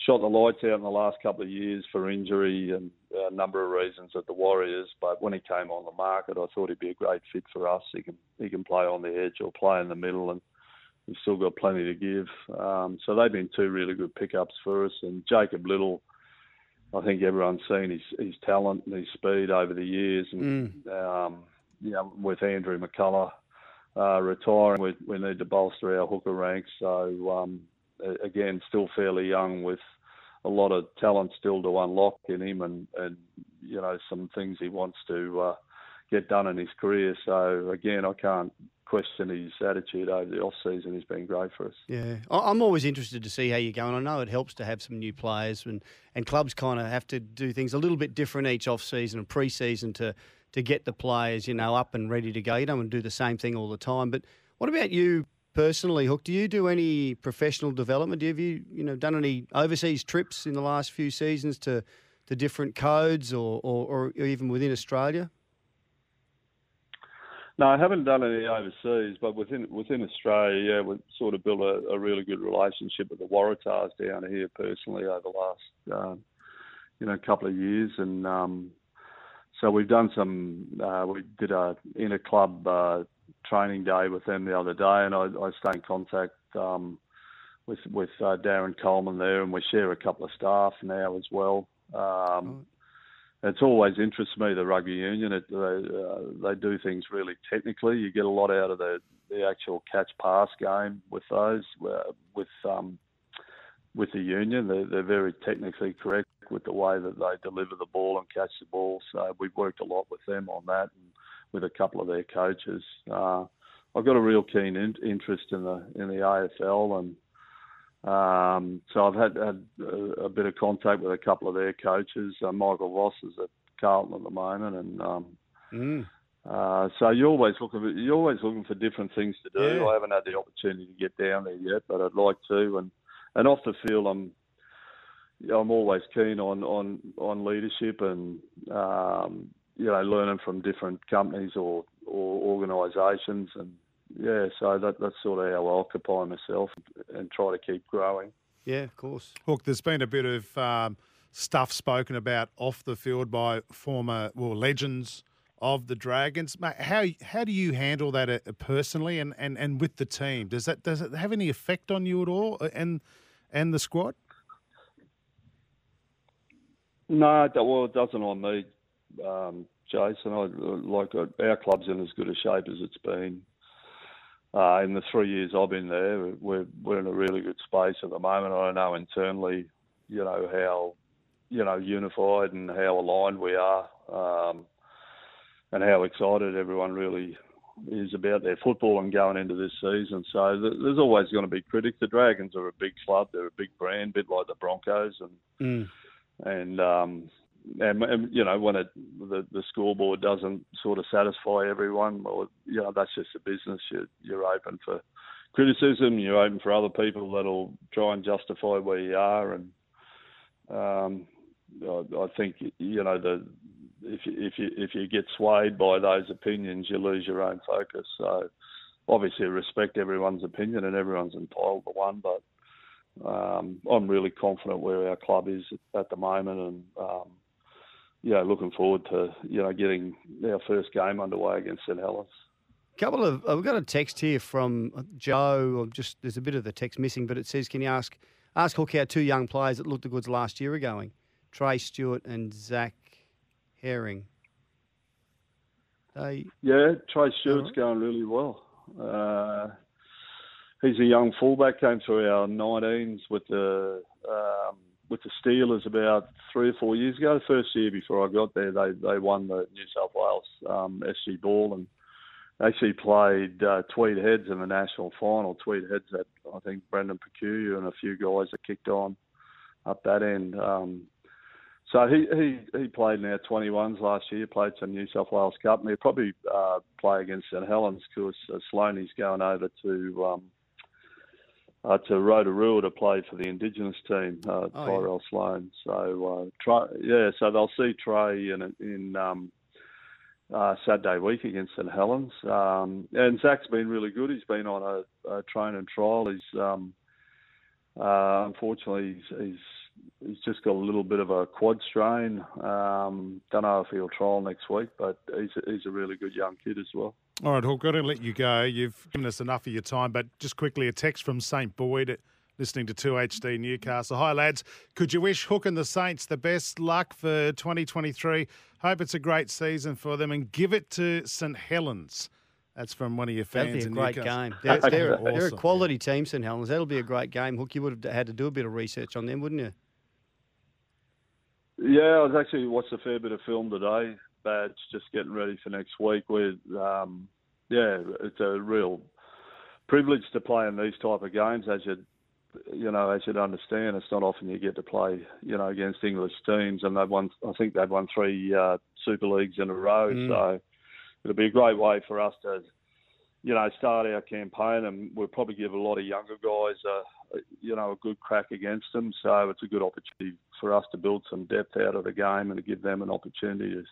H: shot the lights out in the last couple of years for injury and a number of reasons at the Warriors. But when he came on the market, I thought he'd be a great fit for us. He can he can play on the edge or play in the middle, and he's still got plenty to give. Um, so they've been two really good pickups for us. And Jacob Little, I think everyone's seen his his talent and his speed over the years, and um, you know, with Andrew McCullough. Uh, retiring, we, we need to bolster our hooker ranks. So um, a- again, still fairly young with a lot of talent still to unlock in him, and, and you know some things he wants to uh, get done in his career. So again, I can't question his attitude over the off season. He's been great for us.
G: Yeah, I- I'm always interested to see how you're going. I know it helps to have some new players, and, and clubs kind of have to do things a little bit different each off season and pre season to to get the players you know up and ready to go. You don't want to do the same thing all the time. But what about you personally, Hook? Do you do any professional development? Have you you know done any overseas trips in the last few seasons to to different codes or or, or even within Australia?
H: No, I haven't done any overseas, but within within Australia, yeah, we've sort of built a, a really good relationship with the Waratahs down here personally over the last um, you know couple of years, and um, so we've done some. Uh, we did a inter club uh, training day with them the other day, and I, I stay in contact um, with with uh, Darren Coleman there, and we share a couple of staff now as well. Um, it's always interests me the rugby union. It, they, uh, they do things really technically. You get a lot out of the, the actual catch pass game with those uh, with um, with the union. They're, they're very technically correct with the way that they deliver the ball and catch the ball. So we've worked a lot with them on that and with a couple of their coaches. Uh, I've got a real keen in, interest in the in the AFL and. Um, so I've had, had a, a bit of contact with a couple of their coaches. Uh, Michael Voss is a Carlton at the moment, and um,
G: Mm.
H: uh, so you're always looking for, you're always looking for different things to do.
F: Yeah.
H: I haven't had the opportunity to get down there yet, but I'd like to. And and off the field, I'm yeah, I'm always keen on on on leadership and um, you know learning from different companies or or organisations and. Yeah, so that, that's sort of how I occupy myself and try to keep growing.
G: Yeah, of course.
F: Look, there's been a bit of um, stuff spoken about off the field by former well legends of the Dragons. Mate, how how do you handle that uh, personally and, and, and with the team? Does that does it have any effect on you at all uh, and and the squad?
H: No, it do- well, it doesn't on me, um, Jason. I, like uh, our club's in as good a shape as it's been uh, in the three years I've been there. We're we're in a really good space at the moment. I know internally, you know how, you know unified and how aligned we are, um, and how excited everyone really is about their football and going into this season. So th- there's always going to be critics. The Dragons are a big club. They're a big brand, bit like the Broncos and and um, and, and you know when it, the the scoreboard doesn't sort of satisfy everyone, well, you know that's just the business. You're, you're open for criticism. You're open for other people that'll try and justify where you are, and um, I, I think you know the if you, if you if you get swayed by those opinions, you lose your own focus. So obviously respect everyone's opinion, and everyone's entitled to one, but um, I'm really confident where our club is at the moment, and um, yeah, looking forward to you know getting our first game underway against St Helens.
G: Couple of I've got a text here from Joe. or Just there's a bit of the text missing, but it says, "Can you ask ask Hook how two young players that looked the goods last year are going? Trey Stewart and Zach Herring. They
H: Yeah, Trey Stewart's going really well. Uh, he's a young fullback. Came through our 19s with the um, with the Steelers about three or four years ago. The first year before I got there, they they won the New South Wales um, SG Ball and actually played uh, Tweed Heads in the national final. Tweed Heads had I think Brendan Peculiar and a few guys that kicked on up that end. Um, so he, he, he played in our 21s last year, played some New South Wales Cup, and he'll probably uh, play against St Helens because uh, Sloaney's going over to um, uh, to Rotorua to play for the Indigenous team, uh,
G: yeah.
H: Tyrell Sloan. So uh, Trey, yeah, so they'll see Trey in in um, uh, Saturday week against St Helens. Um, and Zach's been really good. He's been on a, a train and trial. He's um, uh, unfortunately, he's, he's he's just got a little bit of a quad strain. Um, don't know if he'll trial next week, but he's a, he's a really good young kid as well.
F: All right, Hawk, got to let you go. You've given us enough of your time, but just quickly a text from St. Boyd listening to 2HD Newcastle. Hi, lads. Could you wish Hook and the Saints the best luck for 2023? Hope it's a great season for them and give it to St. Helens. That's from one of your fans
G: that'd be a
F: in
G: great
F: Newcastle.
G: game. They're, they're, they're a
F: Awesome.
G: quality team, St Helens. That'll be a great game. Hook, you would have had to do a bit of research on them, wouldn't you?
H: Yeah, I was actually watched a fair bit of film today. Badge just getting ready for next week. With um, yeah, it's a real privilege to play in these type of games. As you you know, as you'd understand, it's not often you get to play you know against English teams, and they've won. I think they've won three uh, Super Leagues in a row. So it'll be a great way for us to you know start our campaign, and we'll probably give a lot of younger guys a you know, a good crack against them. So it's a good opportunity for us to build some depth out of the game and to give them an opportunity to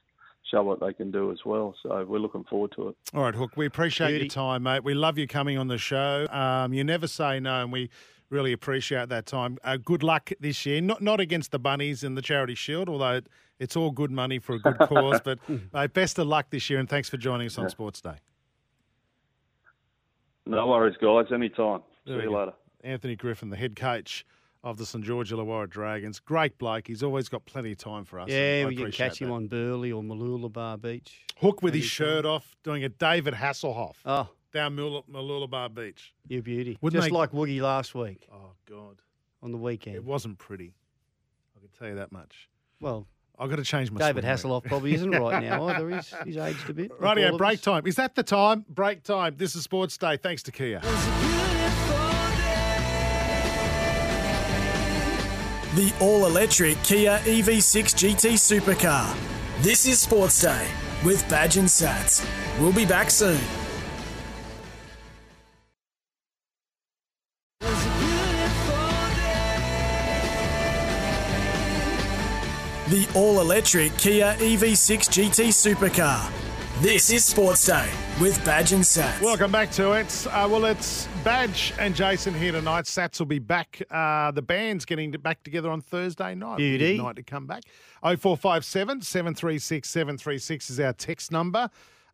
H: show what they can do as well. So we're looking forward to it.
F: All right, Hook, we appreciate your
G: Beauty.
F: time, mate. We love you coming on the show. Um, you never say no, and we really appreciate that time. Uh, good luck this year. Not not against the Bunnies and the Charity Shield, although it, it's all good money for a good cause. But mate, best of luck this year, and thanks for joining us on Sports Day.
H: No worries, guys. Anytime. See
F: There we
H: you
F: go.
H: later.
F: Anthony Griffin, the head coach of the St George Illawarra Dragons. Great bloke. He's always got plenty of time for us. and
G: Yeah,
F: I
G: we can
F: appreciate
G: catch him
F: that.
G: on Burley or Malulabar Beach.
F: Hook with his shirt off, doing a David Hasselhoff
G: Oh,
F: down Mool- Mooloolaba Beach.
G: you beauty.
F: Wouldn't
G: Just
F: they-
G: like Woogie last week
F: Oh, God.
G: on the
F: It
G: weekend.
F: wasn't pretty. I can tell you that much.
G: Well,
F: I've got to change my
G: David
F: swing weight.
G: Hasselhoff probably isn't right now either. He's, he's aged a bit. like all
F: Radio
G: of
F: break
G: us.
F: time. Is that the time? Break time. This is Sports Day. Thanks to Kia.
E: E The all electric Kia EV6 GT Supercar. This is Sports Day with Badge and Sats. We'll be back soon. The all electric Kia E EV6 GT Supercar. This is Sports Day with Badge and Sats.
F: Welcome back to it. Uh, well, it's Badge and Jason here tonight. Sats will be back. Uh, the band's getting back together on Thursday night.
G: Beauty.
F: Good Night to come back. 0457 736 736 is our text number.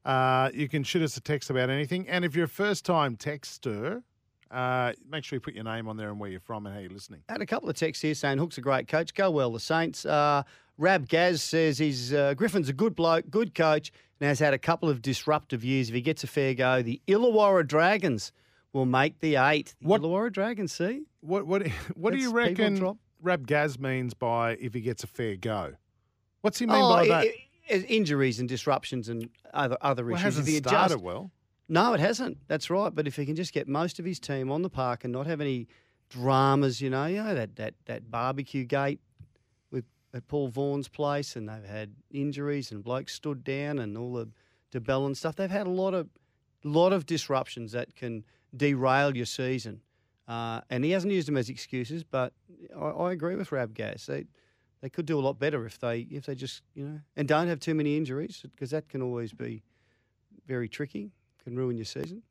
F: Uh, you can shoot us a text about anything. And if you're a first time texter, uh, make sure you put your name on there and where you're from and how you're listening.
G: Had a couple of texts here saying Hook's a great coach. Go well, the Saints. Uh, Rab Gaz says he's uh, Griffin's a good bloke, good coach, and has had a couple of disruptive years. If he gets a fair go, the Illawarra Dragons will make the eight. The
F: What-
G: Illawarra Dragons, see?
F: What what what do you
G: That's people
F: reckon
G: drop.
F: Rab Gaz means by if he gets a fair go? What's he mean by
G: Oh, it-
F: that?
G: it- it- injuries and disruptions and other other
F: well, it
G: issues.
F: hasn't
G: If he adjusts-
F: started well.
G: No, it hasn't. That's right. But if he can just get most of his team on the park and not have any dramas, you know, you know that, that, that barbecue gate with at Paul Vaughan's place, and they've had injuries and blokes stood down and all the DeBell and stuff. They've had a lot of lot of disruptions that can derail your season. Uh, and he hasn't used them as excuses, but I, I agree with Rab Gas. They they could do a lot better if they if they just you know and don't have too many injuries because that can always be very tricky. Can ruin your season.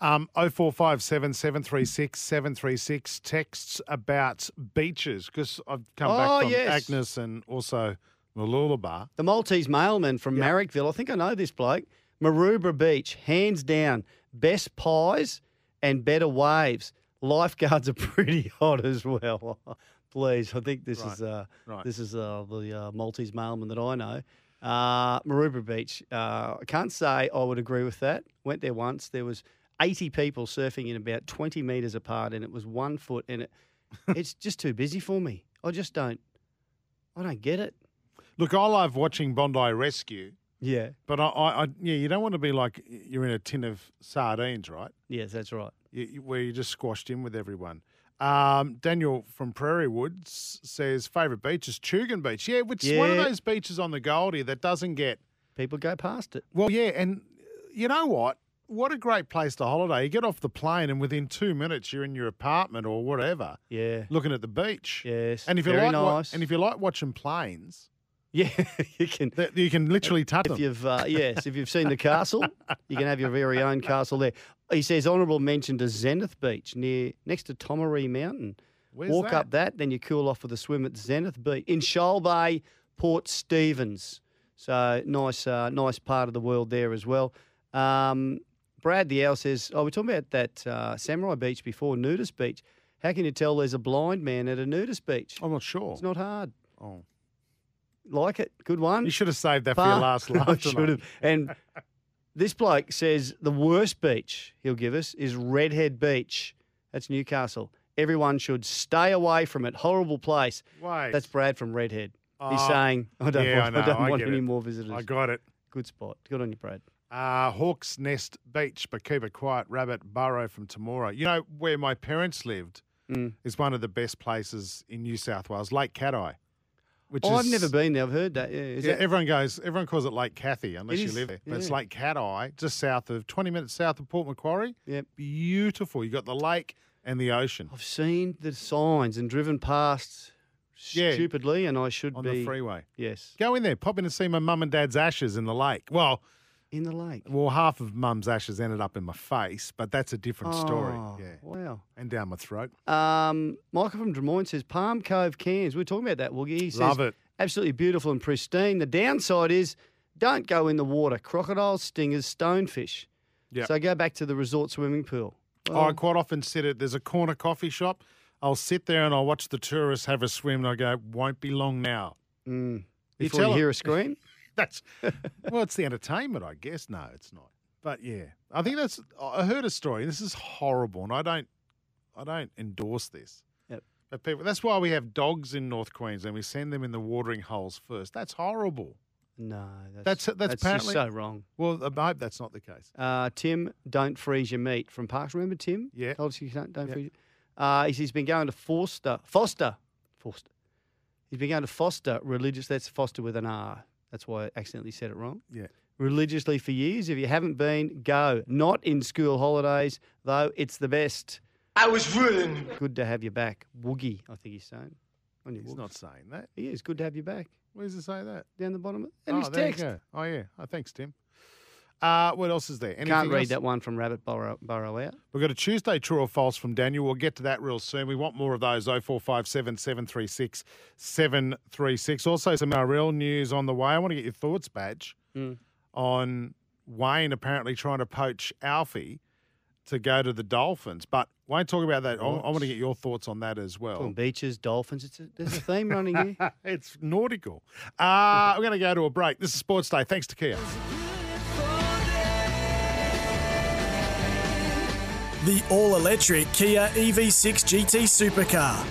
F: Um, 0457 736 736 texts about beaches because I've come
G: Oh,
F: back from
G: yes.
F: Agnes and also Malulabar.
G: The Maltese mailman from Marrickville. I think I know this bloke. Maroubra Beach, hands down, best pies and better waves. Lifeguards are pretty hot as well. Please, I think this is uh,
F: right.
G: this is uh, the uh, Maltese mailman that I know. Uh, Maroubra Beach. Uh, I can't say I would agree with that. Went there once. There was 80 people surfing in about 20 meters apart, and it was one foot. And it, it's just too busy for me. I just don't. I don't get it.
F: Look, I love watching Bondi Rescue,
G: Yeah.
F: but I, I, I yeah, you don't want to be like you're in a tin of sardines, right?
G: Yes, that's right.
F: you, you- where you just squashed in with everyone. Um, Daniel from Prairie Woods says favorite beach is Tugan Beach. Yeah, which is one of
G: Yeah.
F: those beaches on the Goldie that doesn't get
G: People go past it.
F: well. Yeah, and you know what? What a great place to holiday. You get off the plane and within two minutes you're in your apartment or whatever,
G: Yeah.
F: looking at the beach.
G: Yes.
F: and if you
G: very
F: like, wa-
G: nice.
F: and if you like watching planes,
G: yeah, you can.
F: that you can literally touch
G: If
F: them.
G: you've uh, yes, if you've seen the castle, you can have your very own castle there. He says honourable mention to Zenith Beach near next to Tomaree Mountain.
F: Where's
G: Walk
F: that?
G: up that, then you cool off with a swim at Zenith Beach in Shoal Bay, Port Stevens. So nice, uh, nice part of the world there as well. Um, Brad the Owl says, "Oh, we're talking about that uh, Samurai Beach before Nudist Beach. How can you tell there's a blind man at a nudist beach?
F: I'm not sure.
G: It's not hard.
F: Oh.
G: Like it, good one.
F: You should have saved that for your
G: Far-
F: last
G: I
F: laugh.
G: should
F: tonight.
G: have. And this bloke says the worst beach he'll give us is Redhead Beach. That's Newcastle. Everyone should stay away from it. Horrible place.
F: Wait.
G: That's Brad from Redhead. He's
F: Oh,
G: saying, I don't
F: yeah,
G: want,
F: I
G: I
F: know.
G: don't
F: I
G: want
F: get
G: any
F: it.
G: more visitors.
F: I got it.
G: Good spot. Good on you, Brad.
F: Uh, Hawks Nest Beach, but keep it quiet. Rabbit Burrow from Tamora. You know where my parents lived
G: Mm.
F: is one of the best places in New South Wales, Lake Cat Eye. Which
G: Oh, I've
F: is-
G: never been there. I've heard that. Yeah, is
F: Yeah,
G: that-
F: everyone goes. Everyone calls it Lake Cathy unless
G: It
F: you
G: is,
F: live there. But it's
G: yeah.
F: Lake Cat Eye, just south of twenty minutes south of Port Macquarie.
G: Yep.
F: Beautiful. You got the lake and the ocean
G: I've seen the signs and driven past
F: Yeah.
G: stupidly, and I should
F: on
G: be.
F: the freeway.
G: Yes.
F: Go in there, pop in and see my mum and dad's ashes in the lake. Well,
G: In the lake.
F: well, half of mum's ashes ended up in my face, but that's a different story.
G: Oh,
F: Yeah,
G: Wow.
F: and down my throat.
G: Um, Michael from Des Moines says Palm Cove, Cairns. We are talking about that, Woogie. He says,
F: Love it.
G: Absolutely beautiful and pristine. The downside is don't go in the water. Crocodiles, stingers, stonefish.
F: Yep.
G: So go back to the resort swimming pool.
F: I quite often sit at there's a corner coffee shop. I'll sit there and I'll watch the tourists have a swim, and I go, "Won't be long now."
G: Mm.
F: You
G: Before you,
F: tell
G: hear
F: 'em.
G: a scream.
F: That's well, it's the entertainment, I guess. No, it's not. But yeah, I think that's. I heard a story. This is horrible, and I don't, I don't endorse this.
G: Yep.
F: But people, that's why we have dogs in North Queensland. We send them in the watering holes first. That's horrible.
G: No,
F: That's-
G: that's
F: that's
G: that's
F: apparently-
G: just so wrong.
F: Well, I hope that's not the case.
G: Uh, Tim, don't freeze your meat from Parks. Remember Tim?
F: Yeah.
G: Told us you don't, don't
F: Yeah.
G: freeze. Uh, he's, he's been going to Forster, Foster, Forster. He's been going to Foster religious. That's Foster with an R. That's why I accidentally said it wrong.
F: Yeah.
G: Religiously for years. If you haven't been, go. Not in school holidays, though it's the best.
I: I was ruined.
G: Good to have you back. Woogie, I think he's saying. On your
F: He's
G: Woogs.
F: not saying that.
G: He is. Good to have you back.
F: Where does it say that?
G: Down the bottom of and
F: oh,
G: his
F: there you
G: text.
F: go. Oh, yeah. Oh, thanks, Tim. Uh, what else is there? Anything
G: Can't read
F: else?
G: that one from Rabbit Burrow, Burrow out.
F: We've got a Tuesday true or false from Daniel. We'll get to that real soon. We want more of those 0457 736 736. Also, some NRL news on the way. I want to get your thoughts, Badge,
G: Mm.
F: on Wayne apparently trying to poach Alfie to go to the Dolphins. But won't talk about that. I, I want to get your thoughts on that as well.
G: Talking beaches, dolphins. It's a, there's a theme running here.
F: It's nautical. Uh, we're going to go to a break. This is Sports Day. Thanks to Kia.
E: The all electric Kia E EV6 GT Supercar.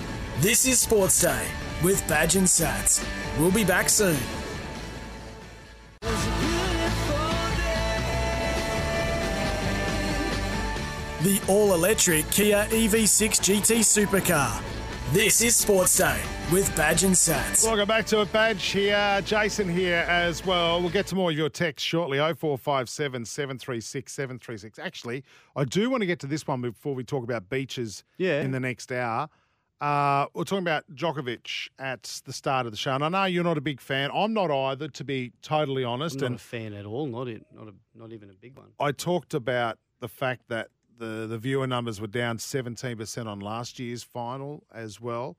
E: This is Sports Day with Badge and Sats. We'll be back soon. The all electric Kia E EV6 GT Supercar. This is Sports Day with Badge and Sats.
F: Welcome back to it, Badge here. Jason here as well. We'll get to more of your texts shortly 0457 736 736. Actually, I do want to get to this one before we talk about beaches
G: Yeah.
F: in the next hour. Uh, we're talking about Djokovic at the start of the show. And I know you're not a big fan. I'm not either, to be totally honest.
G: I'm not
F: and
G: a fan at all. Not it. Not a. Not even a big one.
F: I talked about the fact that the, the viewer numbers were down 17% on last year's final as well.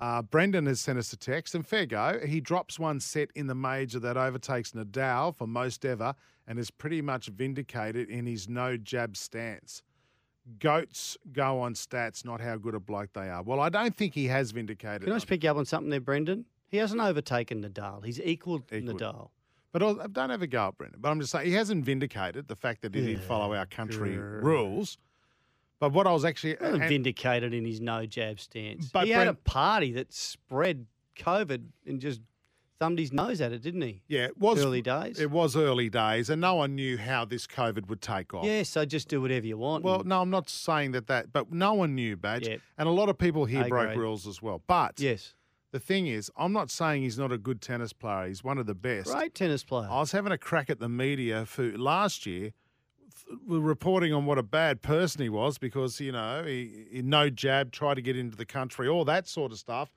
F: Uh, Brendan has sent us a text, and fair go. He drops one set in the major that overtakes Nadal for most ever and is pretty much vindicated in his no jab stance. Goats go on stats, not how good a bloke they are. Well, I don't think he has vindicated.
G: Can I just pick you up on something there, Brendan? He hasn't overtaken Nadal. He's equalled
F: Equalled.
G: Nadal.
F: But I'll- don't ever go up, Brendan. But I'm just saying he hasn't vindicated the fact that he didn't follow our country
G: correct.
F: rules. But what I was actually
G: He wasn't
F: and-
G: vindicated in his no jab stance.
F: But
G: he had a
F: Brent-
G: party that spread COVID and just thumbed his nose at it, didn't he?
F: Yeah, it was
G: Early days.
F: It was early days, and no one knew how this COVID would take off.
G: Yeah, so just do whatever you want.
F: Well,
G: and-
F: no, I'm not saying that that, but no one knew, Badge,
G: Yep.
F: and a lot of people here broke
G: Agreed.
F: rules as well. But
G: yes,
F: the thing is, I'm not saying he's not a good tennis player. He's one of the best.
G: great tennis player.
F: I was having a crack at the media for last year. th- Were reporting on what a bad person he was because you know he, he no jab, tried to get into the country, all that sort of stuff,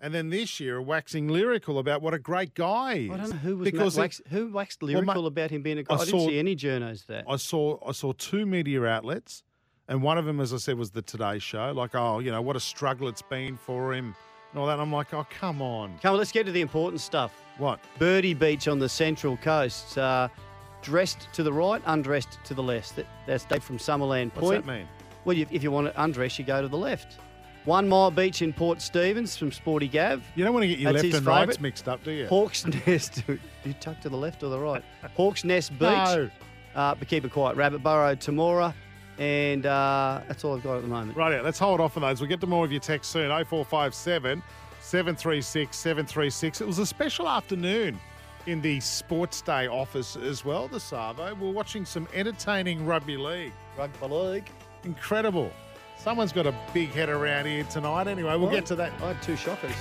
F: and then this year waxing lyrical about what a great guy he is.
G: I don't know who was
F: because it-
G: wax, who waxed
F: Well, mate,
G: lyrical about him being a guy.
F: I
G: I, didn't
F: saw-
G: see any journos there.
F: I saw I saw two media outlets, and one of them, as I said, was the Today Show. Like, oh, you know, what a struggle it's been for him and all that. And I'm like, oh, come on,
G: Come on, let's get to the important stuff.
F: what?
G: Birdie Beach on the Central Coast. Uh, dressed to the right, undressed to the left. That, that's Dave from Summerland
F: What's
G: Point.
F: that mean?
G: Well, you, if you want to undress, you go to the left. One Mile Beach in Port Stevens from Sporty Gav.
F: You don't want to get your
G: That's
F: left
G: his
F: and rights
G: favourite.
F: mixed up, do you?
G: Hawks Nest. you tuck to the left or the right? Hawks Nest Beach.
F: No.
G: Uh, but keep it quiet. Rabbit Burrow, Tamora. And uh, that's all I've got at the moment.
F: Right, let's hold off on those. We'll get to more of your text soon. 0457 736 736. It was a special afternoon in the Sports Day office as well, the Savo. We're watching some entertaining rugby league.
G: Rugby league.
F: Incredible. Someone's got a big head around here tonight. Anyway, we'll get to that.
G: I had two shockers.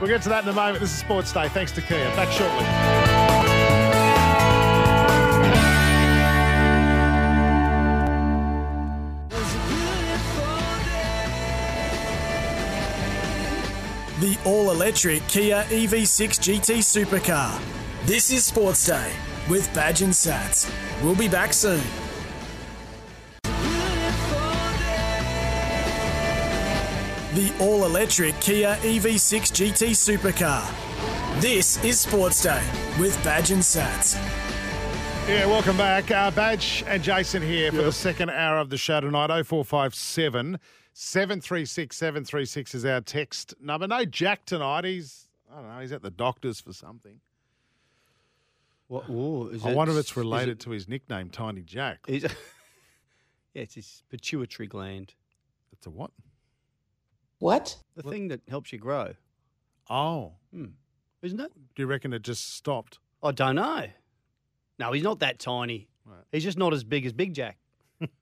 F: We'll get to that in a moment. This is Sports Day. Thanks to Kia. Back shortly.
E: The all electric Kia E EV6 GT Supercar. This is Sports Day with Badge and Sats. We'll be back soon. The all electric Kia E EV6 GT Supercar. This is Sports Day with Badge and Sats.
F: Yeah, welcome back. Uh, Badge and Jason here for the second hour of the show tonight. 0457 736 736 is our text number. No Jack tonight. He's, I don't know, he's at the doctor's for something.
G: what, ooh, is
F: I
G: it-
F: wonder if
G: is
F: it's
G: it-
F: related to his nickname, Tiny Jack.
G: is it- yeah, it's his pituitary gland.
F: It's a what?
G: The thing that helps you grow,
F: Oh.
G: isn't it?
F: Do you reckon it just stopped?
G: I don't know. No, he's not that tiny.
F: Right.
G: He's just not as big as Big Jack,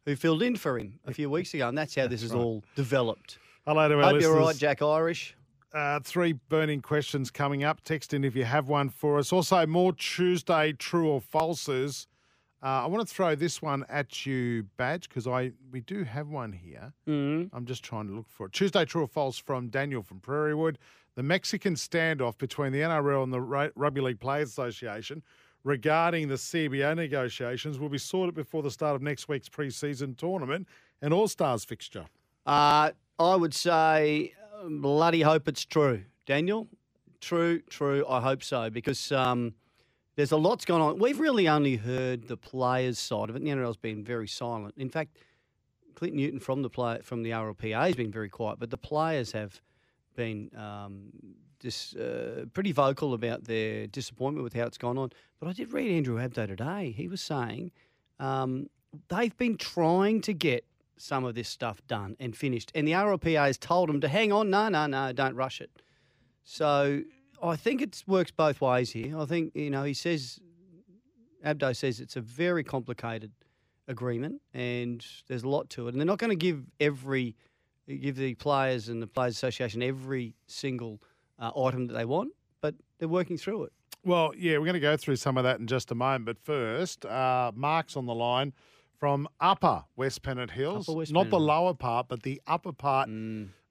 G: who filled in for him a few weeks ago, and that's how this is all developed.
F: Hello to our
G: Hope you're all right,
F: listeners.
G: Jack Irish.
F: Uh, three burning questions coming up. Text in if you have one for us. Also, more Tuesday true or falses. Uh, I want to throw this one at you, Badge, because I we do have one here. I'm just trying to look for it. Tuesday true or false from Daniel from Prairie Wood. The Mexican standoff between the NRL and the Ru- Rugby League Players Association regarding the CBA negotiations will be sorted before the start of next week's preseason tournament and All Stars fixture.
G: Uh, I would say, um, bloody hope it's true, Daniel. True, true. I hope so because um, there's a lot's gone on. We've really only heard the players' side of it. And the NRL's been very silent. In fact, Clint Newton from the play, from the RLPA has been very quiet, but the players have been um, just uh, pretty vocal about their disappointment with how it's gone on. But I did read Andrew Abdo today. He was saying um, they've been trying to get some of this stuff done and finished, and the RLPA has told them to hang on. No, no, no, don't rush it. So I think it works both ways here. I think you know he says Abdo says it's a very complicated agreement and there's a lot to it. And they're not going to give every give the players and the players association every single uh, item that they want, but they're working through it.
F: Well, yeah, we're going to go through some of that in just a moment. But first, uh, Mark's on the line from Upper West Pennant Hills,
G: Upper West
F: not the
G: Pennant. Mm.
F: lower part, but the upper part.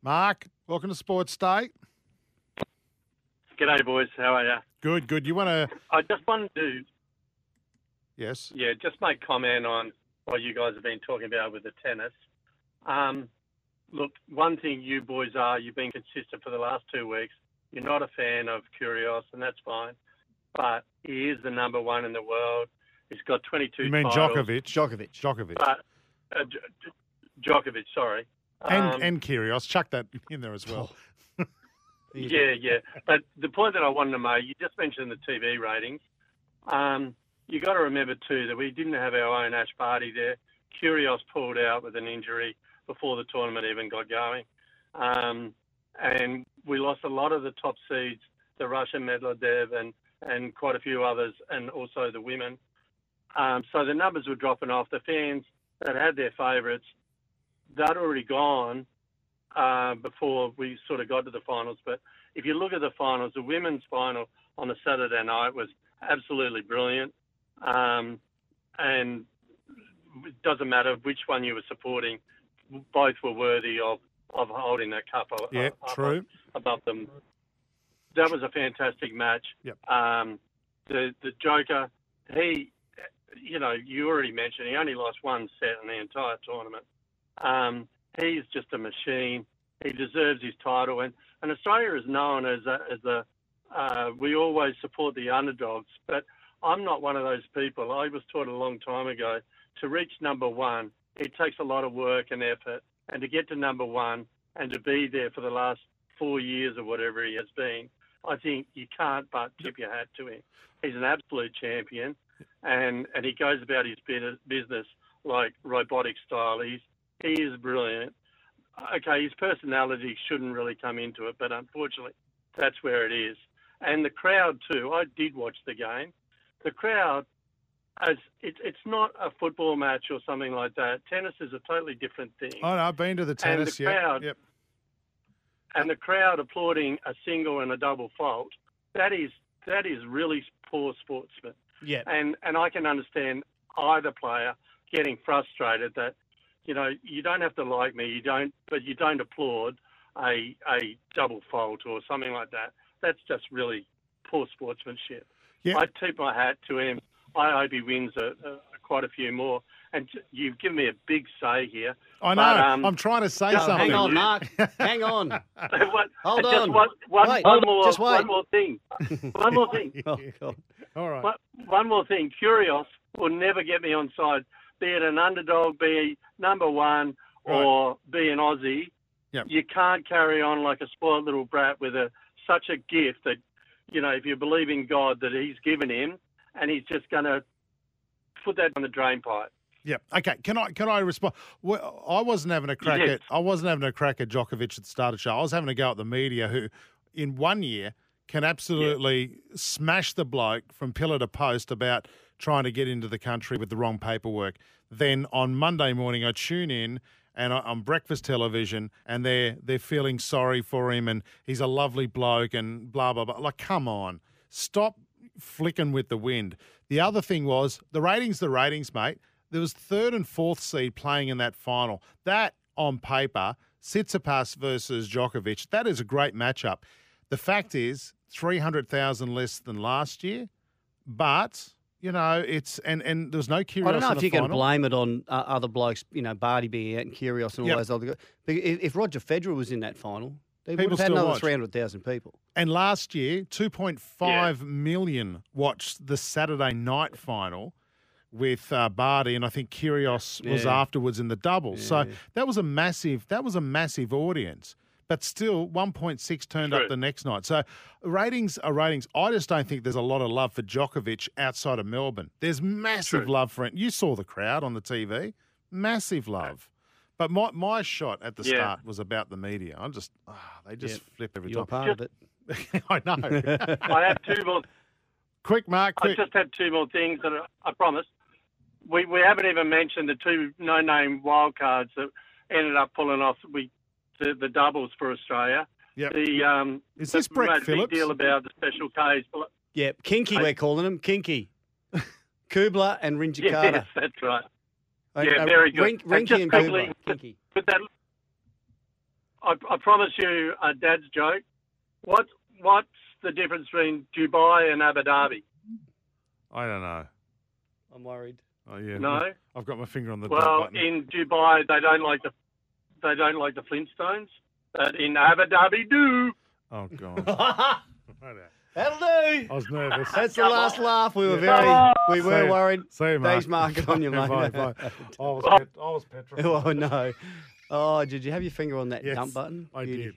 F: Mark, welcome to Sports Day.
H: G'day, boys. How are you?
F: Good, good. You want to?
H: I just wanted to,
F: Yes.
H: yeah, just make comment on what you guys have been talking about with the tennis. Um, look, one thing you boys are, you've been consistent for the last two weeks. You're not a fan of Curios, and that's fine. But he is the number one in the world. He's got 22
F: You mean
H: titles.
F: Djokovic?
G: Djokovic.
F: Djokovic.
H: But, uh, Dj- Dj- Djokovic, sorry.
F: and
H: Um,
F: and Kyrgios. Chuck that in there as well.
H: Yeah, yeah. But the point that I wanted to make, you just mentioned the TV ratings. Um, you got to remember too that we didn't have our own Ash Party there. Curios pulled out with an injury before the tournament even got going, um, and we lost a lot of the top seeds, the Russian Medvedev and and quite a few others, and also the women. Um, so the numbers were dropping off. The fans that had their favourites, they'd already gone uh, before we sort of got to the finals. But if you look at the finals, the women's final on a Saturday night was absolutely brilliant. Um, and it doesn't matter which one you were supporting, both were worthy of, of holding that cup
G: Oh,
H: up,
F: Yeah,
H: up-
F: true.
H: above them. That was a fantastic match.
F: Yep.
H: Um, the the Joker, he, you know, you already mentioned he only lost one set in the entire tournament. Um, he's just a machine. He deserves his title, and, and Australia is known as a, as a uh, we always support the underdogs. But I'm not one of those people. I was taught a long time ago to reach number one, it takes a lot of work and effort, and to get to number one and to be there for the last four years or whatever he has been, I think you can't but tip your hat to him. He's an absolute champion, and and he goes about his bus- business like robotic style. He's he is brilliant. Okay, his personality shouldn't really come into it, but unfortunately, that's where it is. And the crowd too. I did watch the game. The crowd as it, it's not a football match or something like that. Tennis is a totally different thing.
F: Oh no, I've been to the tennis. yep,
H: uh, crowd-
F: yep.
H: And the crowd applauding a single and a double fault, that is that is really poor sportsman.
G: Yeah.
H: And and I can understand either player getting frustrated that, you know, you don't have to like me, you don't but you don't applaud a a double fault or something like that. That's just really poor sportsmanship.
F: Yeah.
H: I tip my hat to him. I hope he wins a, a, quite a few more. And j- you've given me a big say here.
F: I know.
H: But, um,
F: I'm trying to say
H: no, hang
F: something.
G: Hang on, Mark. Hang on.
H: One-
G: Hold
H: just
G: on.
H: One, one-
G: Wait,
H: one more,
G: just wait.
H: one more thing. One more thing.
G: Oh, God.
F: All right.
H: One, one more thing. Curios will never get me on side, be it an underdog, be number one, or be an Aussie.
F: Yep.
H: You can't carry on like a spoiled little brat with a such a gift that, you know, if you believe in God that He's given him, and He's just going to put that on the drain pipe.
F: Yep. Okay. Can I can I respond? Well, I wasn't having a crack
H: Yes.
F: at I wasn't having a crack at Djokovic at the start of the show. I was having a go at the media who, in one year, can absolutely smash the bloke from pillar to post about trying to get into the country with the wrong paperwork. Then on Monday morning, I tune in and on- on breakfast television, and they're they're feeling sorry for him, and he's a lovely bloke, and blah blah blah. Like, come on, stop flicking with the wind. The other thing was the ratings, the ratings, mate. There was third and fourth seed playing in that final. That on paper, Tsitsipas versus Djokovic. That is a great matchup. The fact is, three hundred thousand less than last year, but. You know, it's and and there was no Kyrgios.
G: I don't know
F: in
G: if
F: the
G: you can
F: final.
G: blame it on uh, other blokes, you know, Barty being out and Kyrgios and all
F: Yep.
G: those other guys. But if, if Roger Federer was in that final, they would
F: People
G: have had
F: still
G: another
F: watch.
G: 300,000 people.
F: And last year, 2.5 million watched the Saturday night final with uh, Barty, and I think Kyrgios was
G: Yeah.
F: afterwards in the doubles. So that was a massive that was a massive audience. But still, 1.6 turned up
I: True.
F: the next night. So ratings are ratings. I just don't think there's a lot of love for Djokovic outside of Melbourne. There's massive love for it. You saw the crowd on the TV, massive love. But my, my shot at the
I: Yeah.
F: start was about the media. I'm just, ah, they just flip every
G: You're
F: time.
G: part of it.
F: I know.
I: I have two more.
F: quick, Mark,
I: I
F: quick.
I: just had two more things, and I- I promise. We we haven't even mentioned the two no-name wildcards that ended up pulling off we the, the doubles for Australia.
F: Yep.
I: The um,
F: Is this
I: that
F: Brett
I: made a
F: Phillips?
I: Big deal about the special case. Well,
G: Yeah, Kinky,
I: I-
G: we're calling him. Kinky. Kubler and
I: Yes,
G: Rinjikata.
I: that's right.
G: Uh,
I: yeah,
G: uh,
I: very good.
G: Rink,
I: And
G: Rinky
I: just
G: and
I: quickly-
G: Kubler. Kinky.
I: But that, I, I promise you, a dad's joke. What what's the difference between Dubai and Abu Dhabi?
F: I don't know.
G: I'm worried.
F: Oh yeah.
I: No.
F: I've got my finger on the dumb
I: Well,
F: button.
I: in Dubai, they don't like the they don't like the Flintstones, but in Abu Dhabi, do.
F: oh god.
G: That'll do.
F: I was nervous.
G: That's the last laugh. We were very,
F: See
G: we were
F: ya.
G: worried.
F: See you, Mark.
G: Thanks, Mark, on your
F: Bye,
G: mate.
F: bye. I was pet- I was petrified.
G: Oh no. Oh, did you have your finger on that
F: Yes,
G: dump button?
F: I
G: Beauty.
F: did.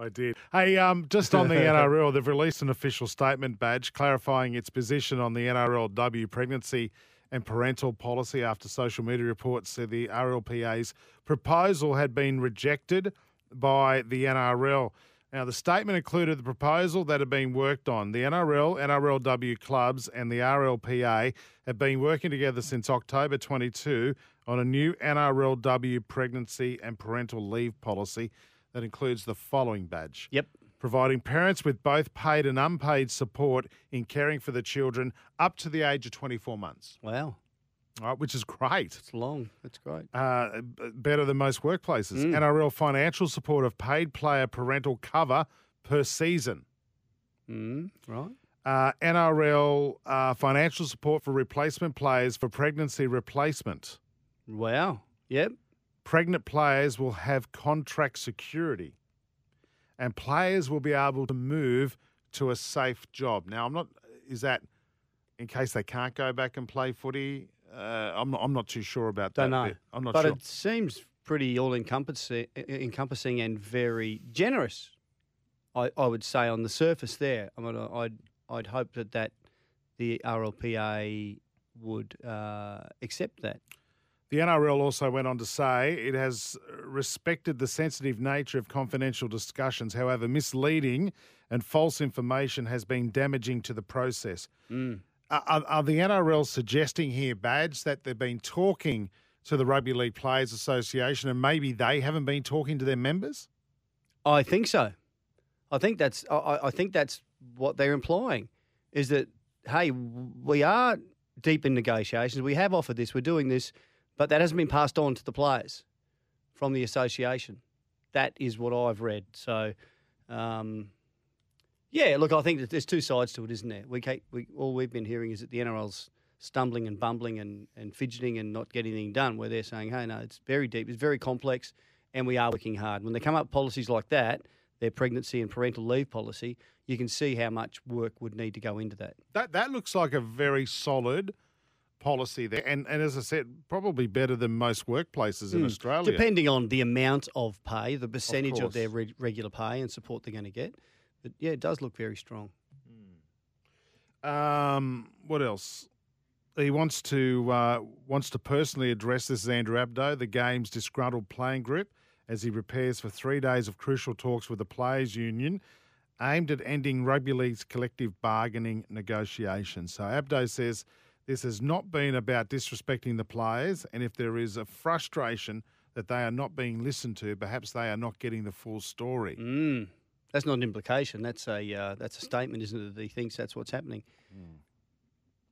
F: I did. Hey, um, just on the NRL, they've released an official statement badge clarifying its position on the NRLW pregnancy and parental policy after social media reports said the RLPA's proposal had been rejected by the NRL. Now, the statement included the proposal that had been worked on. The NRL, NRLW clubs, and the RLPA have been working together since October 22 on a new NRLW pregnancy and parental leave policy that includes the following badge
G: Yep.
F: providing parents with both paid and unpaid support in caring for the children up to the age of 24 months,
G: Wow.
F: all right, which is great
G: It's long. That's great.
F: uh, b- better than most workplaces. NRL financial support of paid player parental cover per season.
G: Mm, right.
F: Uh, NRL uh, financial support for replacement players for pregnancy replacement.
G: Wow. Yep.
F: Pregnant players will have contract security and players will be able to move to a safe job. Now, I'm not, is that in case they can't go back and play footy? Uh, I'm, not, I'm not too sure about
G: Don't
F: that.
G: know.
F: bit. I'm not
G: but
F: sure.
G: it seems pretty all encompassing, encompassing and very generous. I, I would say on the surface there. I mean, I- I'd I'd hope that that the RLPA would uh, accept that.
F: The NRL also went on to say it has uh, respected the sensitive nature of confidential discussions. However, misleading and false information has been damaging to the process. Are, are- are the NRL suggesting here, Badge, that they've been talking to the Rugby League Players Association and maybe they haven't been talking to their members?
G: I think so. I think that's I- I, I think that's what they're implying is that hey, we are deep in negotiations. We have offered this. We're doing this, but that hasn't been passed on to the players from the association. That is what I've read. So, um, yeah, look, I think that there's two sides to it, isn't there? We, ca- we all we've been hearing is that the NRL's stumbling and bumbling and, and fidgeting and not getting anything done. Where they're saying, hey, no, it's very deep, it's very complex, and we are working hard. When they come up with policies like that, their pregnancy and parental leave policy, you can see how much work would need to go into that.
F: That, that looks like a very solid policy there. And, and as I said, probably better than most workplaces
G: Hmm.
F: in Australia.
G: Depending on the amount of pay, the percentage of,
F: course.
G: their reg- regular pay and support they're going to get. But yeah, it does look very strong.
F: Um, what else? He wants to uh, wants to personally address this is Andrew Abdo, the game's disgruntled playing group, as he prepares for three days of crucial talks with the players' union, aimed at ending rugby league's collective bargaining negotiations. So Abdo says this has not been about disrespecting the players, and if there is a frustration that they are not being listened to. Perhaps they are not getting the full story.
G: Mm. That's not an implication. That's a uh, that's a statement, isn't it? That he thinks that's what's happening.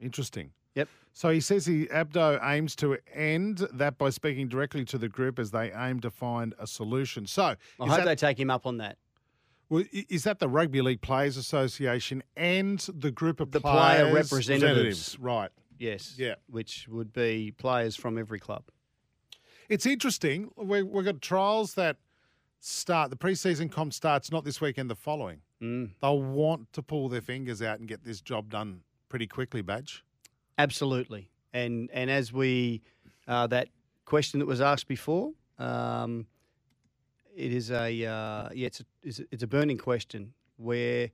F: Interesting.
G: Yep.
F: So he says he Abdo aims to end that by speaking directly to the group as they aim to find a solution. So
G: I
F: is
G: hope
F: that,
G: they take him up on that.
F: well, i- is that the Rugby League Players Association and the group of
G: The player
F: players
G: representatives.
F: Right.
G: Yes.
F: Yeah.
G: Which would be players from every club.
F: It's interesting. We, we've got trials that start. The preseason comp starts not this weekend. The following.
G: Mm.
F: They'll want to pull their fingers out and get this job done pretty quickly. Badge.
G: Absolutely. And and as we uh, that question that was asked before, um, it is a uh, yeah, it's a, it's a it's a burning question where.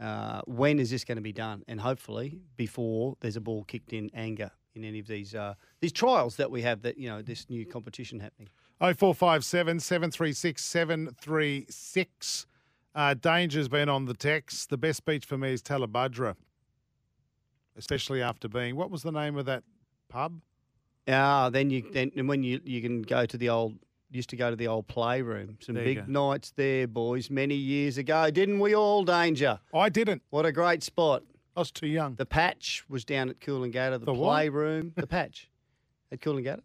G: Uh, when is this going to be done? And hopefully, before there's a ball kicked in anger in any of these uh, these trials that we have, that you know, this new competition happening.
F: Oh four five seven seven three six seven three six. Uh, Danger's been on the text. The best beach for me is Talabudra, especially after being. What was the name of that pub?
G: Ah, then you then and when you you can go to the old used to go to the old playroom. Some
F: There you
G: big
F: go.
G: nights there, boys, many years ago, didn't we all? Danger.
F: I didn't.
G: What a great spot.
F: I was too young.
G: The patch was down at Coolangatta. The,
F: The what?
G: playroom, the patch at Coolangatta.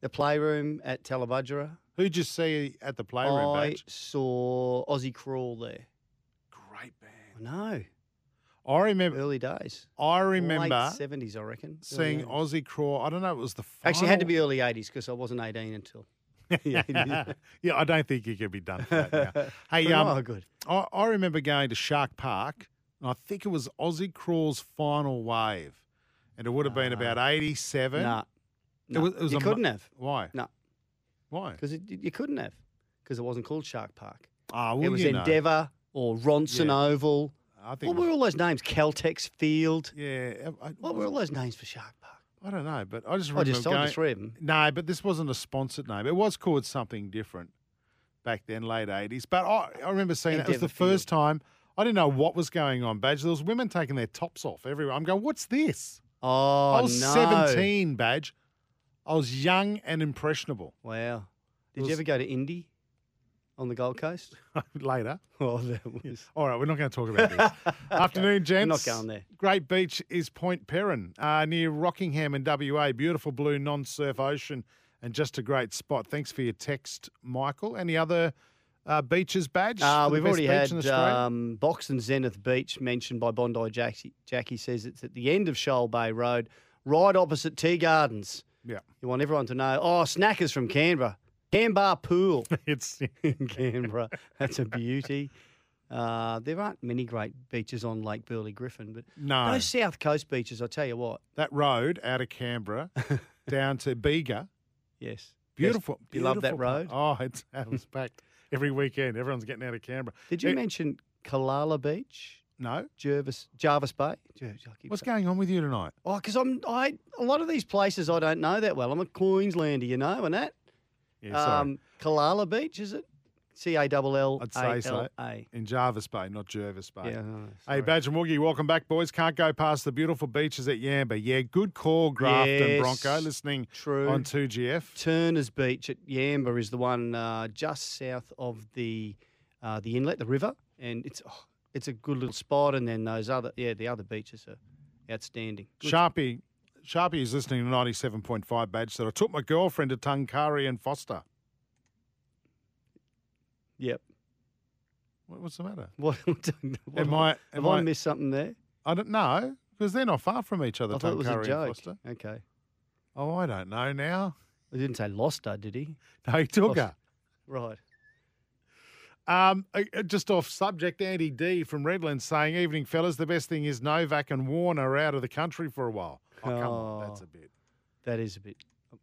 G: The playroom at Talabudgera.
F: Who'd you see at the
G: I
F: playroom, Badge?
G: saw Aussie Crawl there.
F: Great band.
G: I know.
F: I remember.
G: Early days.
F: I remember
G: Late 70s, I reckon. early
F: seeing
G: 80s.
F: Aussie Craw. I don't know. It was the final...
G: Actually, it had to be early 80s because I wasn't 18 until.
F: yeah, I don't think you could be done for that now. Hey,
G: But
F: um,
G: no, Oh, good.
F: I, I remember going to Shark Park, and I think it was Aussie Craw's final wave, and it would have been about eighty-seven.
G: Ah. Nah. nah.
F: was- it was
G: you
F: a mu-
G: couldn't have.
F: Why?
G: No.
F: Why?
G: Because you couldn't have. Because it wasn't called Shark Park.
F: Ah, well,
G: it was
F: you know.
G: Endeavour or Ronson
F: Yeah.
G: Oval.
F: I think.
G: What were all those names? Caltex Field.
F: yeah. I, I-
G: What were all those names for Shark Park?
F: I don't know, but I just
G: I
F: remember
G: just told
F: going.
G: you three of them.
F: No, but this wasn't a sponsored name. It was called something different back then, late eighties. But I, I remember seeing that. It was the
G: Endeavour Field.
F: first time. I didn't know what was going on, Badge. There was women taking their tops off everywhere. I'm going, what's this?
G: Oh,
F: I was
G: no.
F: 17, Badge. I was young and impressionable.
G: Wow. Did
F: was-
G: you ever go to Indy on the Gold Coast?
F: Later.
G: Oh, that was.
F: All right, we're not going to talk about this. Afternoon,
G: We're
F: gents.
G: not going there.
F: Great beach is Point Perrin, uh, near Rockingham in WA. Beautiful blue non surf ocean and just a great spot. Thanks for your text, Michael. Any other uh, beaches badge?
G: Uh,
F: for the
G: we've
F: best
G: already
F: beach in
G: had
F: Australia?
G: um, Box and Zenith Beach mentioned by Bondi Jackie. Jackie says it's at the end of Shoal Bay Road, right opposite Tea Gardens.
F: yeah,
G: You want everyone to know. Oh, Snackers from Canberra. Canbar Pool
F: it's
G: in Canberra. That's a beauty. Uh, there aren't many great beaches on Lake Burley Griffin, but
F: No.
G: those South Coast beaches, I tell you what,
F: that road out of Canberra down to Bega.
G: yes.
F: Beautiful.
G: You love that
F: beautiful pa-
G: road?
F: Oh, it's was packed every weekend. Everyone's getting out of Canberra.
G: Did you
F: Eh,
G: mention Kalala Beach,
F: No.
G: Jervis, Jarvis Bay? Jer- I keep
F: What's
G: saying-
F: going on with you tonight?
G: Oh, because I'm I a lot of these places I don't know that well. I'm a Queenslander, you know, and that.
F: Yeah, sorry.
G: Um, Kalala Beach is it? C A double L
F: I'd say
G: A
F: so.
G: L A.
F: In Jarvis Bay, not Jervis Bay.
G: Yeah. no,
F: Hey,
G: sorry.
F: Badge and Woogie, welcome back, boys. Can't go past the beautiful beaches at Yamba. Yeah, good call, Grafton
G: Yes,
F: Bronco. Listening
G: True.
F: on 2GF.
G: Turner's Beach at Yamba is the one uh, just south of the uh, the inlet, the river, and it's oh, it's a good little spot. And then those other yeah, the other beaches are outstanding. Good.
F: Sharpie, Sharpie is listening to 97.5 Badge that I took my girlfriend to Tungkari and Foster.
G: Yep.
F: What, what's the matter?
G: What, what,
F: Am I-
G: have
F: am
G: I,
F: I-
G: missed something there?
F: I don't know, because they're not far from each other,
G: I thought it was a
F: Tungkari and
G: joke.
F: Foster.
G: Okay.
F: Oh, I don't know now.
G: I didn't say lost her, did he?
F: No, he took
G: Foster.
F: her.
G: Right.
F: Um, uh, uh, just off subject, Andy D from Redlands saying, "Evening, fellas. The best thing is Novak and Warner are out of the country for a while." Oh, come on, that's
G: Oh.
F: a bit.
G: That is a bit.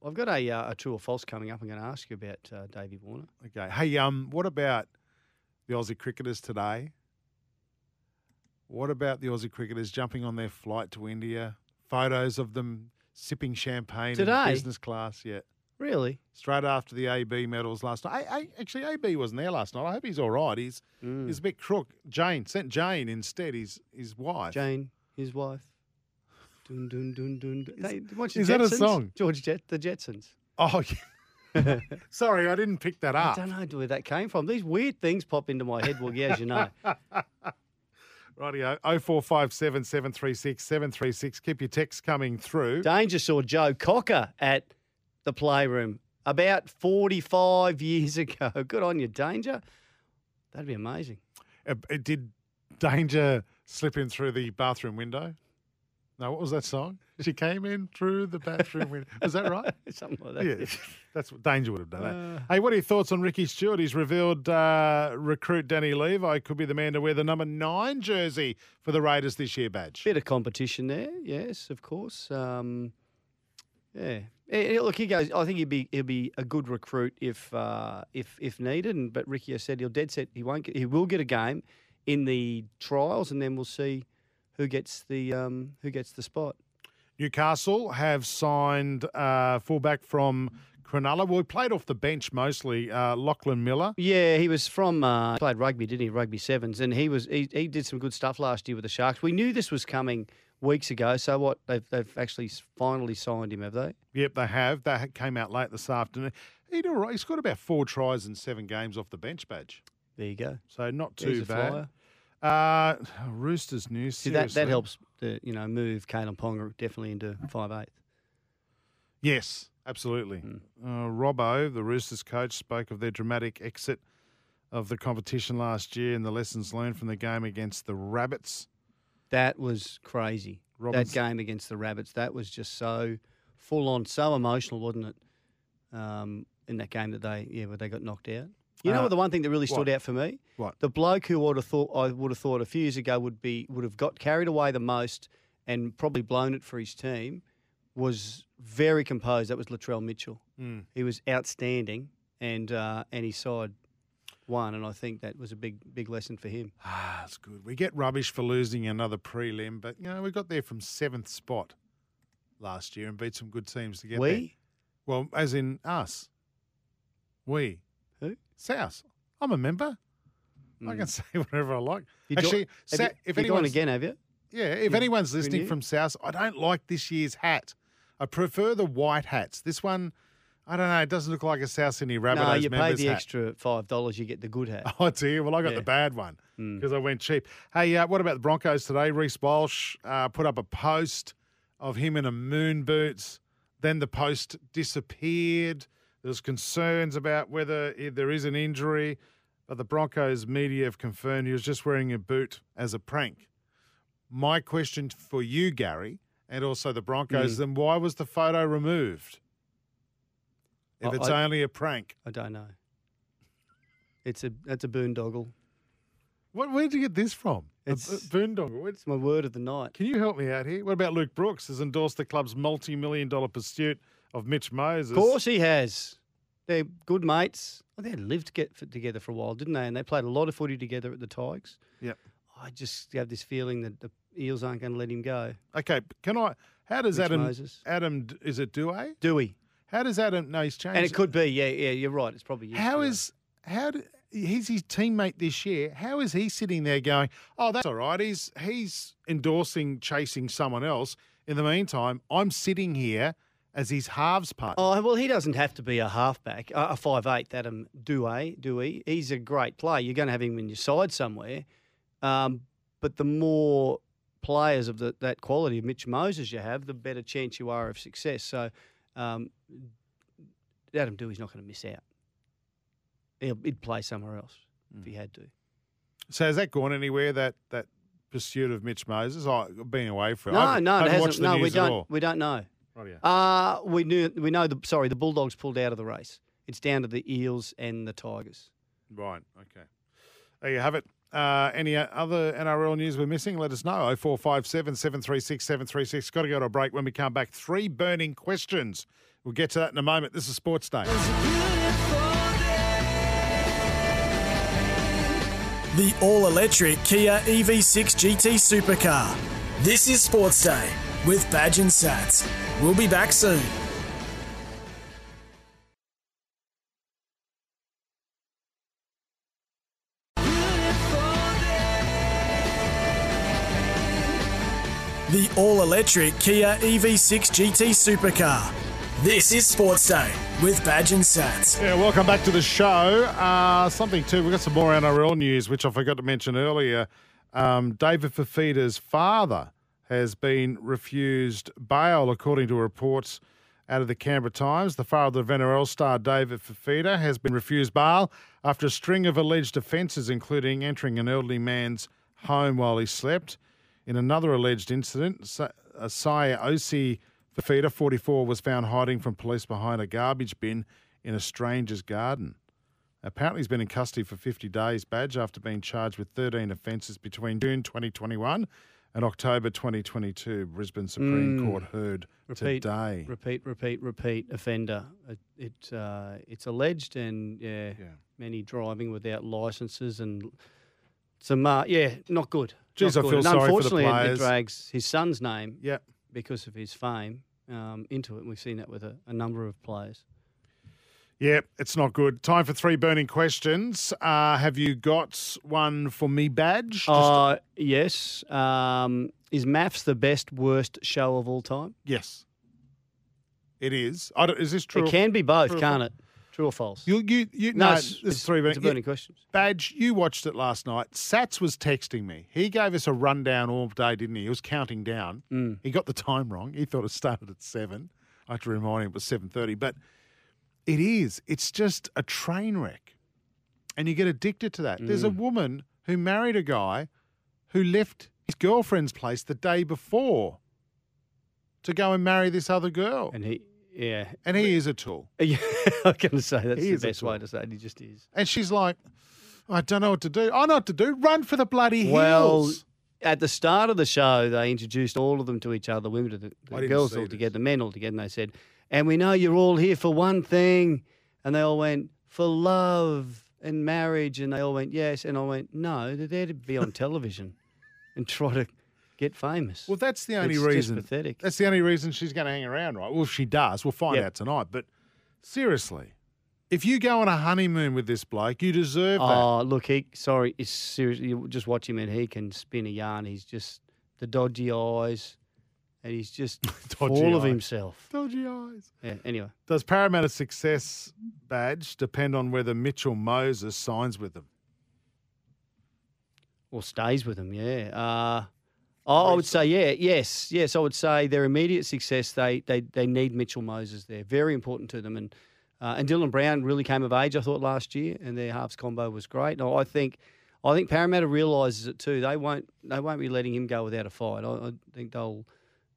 G: I've got a, uh, a true or false coming up. I'm going to ask you about uh, Davy Warner.
F: Okay. Hey, um, what about the Aussie cricketers today? What about the Aussie cricketers jumping on their flight to India? Photos of them sipping champagne
G: Today?
F: in business class. Yeah.
G: Really?
F: Straight after the AB medals last night. I, I, actually, AB wasn't there last night. I hope he's all right. He's
G: Mm.
F: he's a bit crook. Jane sent Jane instead. His his wife.
G: Jane, his wife. Dun, dun, dun, dun, dun. They- watch the
F: is that a
G: Jetsons?
F: song?
G: George Jet, the Jetsons.
F: Oh, yeah. Sorry, I didn't pick that
G: I
F: up.
G: don't know where that came from. These weird things pop into my head. Well, yeah, as you know.
F: Rightio, 0457 736 736. Keep your texts coming through.
G: Danger saw Joe Cocker at the Playroom about 45 years ago. Good on you, Danger. That'd be amazing.
F: Uh, uh, did Danger slip in through the bathroom window? No, what was that song? She came in through the bathroom window. Was that right?
G: Something like that. Uh.
F: Yeah, that's what Danger would have done. That. hey, what are your thoughts on Ricky Stewart? He's revealed uh, recruit Danny Levi could be the man to wear the number nine jersey for the Raiders this year. Badge.
G: Bit of competition there, yes, of course. Um, yeah, Eh, eh, look, he goes. I think he'd be he'd be a good recruit if uh, if if needed. And but Ricky has said he'll dead set he won't get, he will get a game in the trials, and then we'll see who gets the um, who gets the spot.
F: Newcastle have signed uh, fullback from Cronulla. Well, he played off the bench mostly. Uh, Lachlan Miller.
G: Yeah, he was from uh, played rugby, didn't he? Rugby sevens, and he was he, he did some good stuff last year with the Sharks. We knew this was coming weeks ago. So what? They've they've actually s- finally signed him, have they?
F: Yep, they have. That ha- came out late this afternoon. He'd all right. He's got about four tries in seven games off the bench. Badge.
G: There you go.
F: So not
G: There's
F: too
G: a
F: bad.
G: flyer.
F: Uh, Roosters news.
G: See that that
F: seriously.
G: helps the you know move Kalen Ponga definitely into five eighth.
F: Yes, absolutely.
G: Hmm.
F: Uh, Robbo, the Roosters coach, spoke of their dramatic exit of the competition last year and the lessons learned from the game against the Rabbits.
G: That was crazy.
F: Robinson-
G: That game against the Rabbits, that was just so full on, so emotional, wasn't it? Um, in that game that they yeah, where they got knocked out. You know
F: Uh,
G: what the one thing that really stood
F: what?
G: out for me?
F: What?
G: The bloke who would have thought I would have thought a few years ago would be would have got carried away the most and probably blown it for his team was very composed. That was Latrell Mitchell.
F: Hmm.
G: He was outstanding and uh, and his side won and I think that was a big big lesson for him.
F: Ah, that's good. We get rubbish for losing another prelim, but you know we got there from seventh spot last year and beat some good teams to get
G: we
F: there. Well, as in us, we
G: Who? Hmm.
F: South. I'm a member. I can say whatever I like.
G: You
F: Actually,
G: jo-
F: Sa-
G: have you,
F: if
G: you gone
F: anyone's
G: again, have you?
F: Yeah, if anyone's listening
G: knew?
F: from South, I don't like this year's hat. I prefer the white hats. This one, I don't know, it doesn't look like a South Sydney Rabbitohs
G: no, you pay
F: members
G: the
F: hat.
G: extra five dollars, you get the good hat.
F: Oh, do you? Well, I got
G: Yeah. Mm.
F: the bad one because I went cheap. Hey, uh, what about the Broncos today? Reese Walsh uh, put up a post of him in a moon boots. Then the post disappeared. There's concerns about whether i- there is an injury, but the Broncos media have confirmed he was just wearing a boot as a prank. My question for you, Gary, and also the Broncos,
G: Mm.
F: then why was the photo removed? If
G: I-
F: it's
G: I-
F: only a prank,
G: I don't know. It's a that's a boondoggle.
F: what, where did you get this from?
G: It's-
F: a bo- boondoggle. Where'd-
G: It's my word of the night.
F: Can you help me out here? What about Luke Brooks has endorsed the club's multi-million dollar pursuit of Mitch Moses?
G: Of course he has. They're good mates. Well, they had lived get f together for a while, didn't they? And they played a lot of footy together at the Tigers.
F: Yep.
G: I just have this feeling that the Eels aren't going to let him go.
F: Okay, but can I? How does
G: Mitch
F: Adam?
G: Moses.
F: Adam, d- is it Douay?
G: Dewey,
F: How does Adam? No, he's changed.
G: and it could be. Yeah, yeah, you're right. It's probably yes,
F: How
G: you're
F: is how? Do, he's his teammate this year. How is he sitting there going? Oh, that's all right. He's he's endorsing chasing someone else. In the meantime, I'm sitting here as his halves partner.
G: Oh well, he doesn't have to be a halfback, a a five eighth. Adam Douay, Dewey, he's a great player. You're going to have him in your side somewhere. Um, but the more players of the, that quality of Mitch Moses you have, the better chance you are of success. So um, Adam Dewey's not going to miss out. He'll, he'd play somewhere else if he
F: Hmm.
G: had to.
F: So has that gone anywhere? That that pursuit of Mitch Moses? I being away for
G: No,
F: I
G: no,
F: haven't
G: it hasn't.
F: watched the
G: no, we
F: news at
G: don't.
F: all.
G: We don't know.
F: Rightio.
G: Uh, we knew. We know. The, sorry, the Bulldogs pulled out of the race. It's down to the Eels and the Tigers.
F: Right. Okay. There you have it. Uh, any uh, other NRL news we're missing? Let us know. 0457 736 736. Got to go to a break when we come back. Three burning questions. We'll get to that in a moment. This is Sports Day.
E: The all electric Kia E EV6 GT Supercar. This is Sports Day with Badge and Sats. We'll be back soon. E The all electric Kia EV6 GT Supercar. This is Sports Day with Badge and Sats.
F: Yeah, welcome back to the show. Uh, something too, we've got some more NRL news, which I forgot to mention earlier. Um, David Fafita's father has been refused bail, according to reports out of the Canberra Times. The father of NRL star David Fafita has been refused bail after a string of alleged offences, including entering an elderly man's home while he slept. In another alleged incident, Sa- uh, Saya Osi Fafita, 44, was found hiding from police behind a garbage bin in a stranger's garden. Apparently, he's been in custody for 50 days, Badge, after being charged with 13 offences between June 2021 and October 2022. Brisbane Supreme Court heard
G: Hmm. Repeat,
F: today.
G: repeat, repeat, repeat offender. It, it uh, it's alleged, and yeah, many driving without licences and some uh, yeah, not good.
F: Jeez,
G: not
F: I
G: good.
F: feel
G: and
F: sorry for the
G: unfortunately, it-
F: players.
G: It, drags his son's name
F: Yep.
G: because of his fame um, into it. And we've seen that with a, a number of players.
F: Yep, it's not good. Time for three burning questions. Uh, have you got one for me, Badge?
G: Uh, yes. Um, is Maths the best worst show of all time?
F: yes. It is. I don't, is this true?
G: It
F: or-
G: can be both,
F: True or
G: can't it? True or false?
F: You, you, you, no,
G: it's,
F: it's,
G: it's-
F: three
G: it's a
F: burning.
G: burning
F: You,
G: question.
F: Badge, you watched it last night. Sats was texting me. He gave us a rundown all day, didn't he? He was counting down.
G: Mm.
F: He got the time wrong. He thought it started at seven. I had to remind him it was seven thirty. But it is. It's just a train wreck, and you get addicted to that. There's a
G: Mm.
F: woman who married a guy who left his girlfriend's place the day before to go and marry this other girl, and,
G: And he, yeah,
F: he is a tool.
G: Yeah, I was going to say that's
F: He
G: the
F: is a
G: best way
F: tool.
G: to say it. He just is.
F: And she's like, I don't know what to do. I know what to do. Run for the bloody
G: Well,
F: hills.
G: at the start of the show, they introduced all of them to each other, the women to the,
F: I
G: the
F: didn't
G: girls
F: see
G: all
F: this.
G: together, the men all together, and they said, "And we know you're all here for one thing," and they all went for love and marriage, and they all went yes, and I went no, they're there to be on television and try to get famous.
F: Well, that's the only
G: It's just
F: reason.
G: pathetic.
F: That's the only reason she's going to hang around, right? Well, if she does, we'll find
G: Yep.
F: out tonight. But seriously, if you go on a honeymoon with this bloke, you deserve
G: Oh, look, he sorry, it's seriously you just watch him and he can spin a yarn. He's just the dodgy eyes and he's just
F: Dodgy
G: full of
F: eye.
G: himself.
F: that. Dodgy eyes.
G: Yeah, anyway.
F: Does Parramatta's success badge depend on whether Mitchell Moses signs with them?
G: Or stays with them, yeah. Uh I I would say, yeah, yes, yes. I would say their immediate success. They they, they need Mitchell Moses there. Very important to them, and uh, and Dylan Brown really came of age. I thought last year, and their halves combo was great. And I think, I think Parramatta realises it too. They won't they won't be letting him go without a fight. I, I think they'll,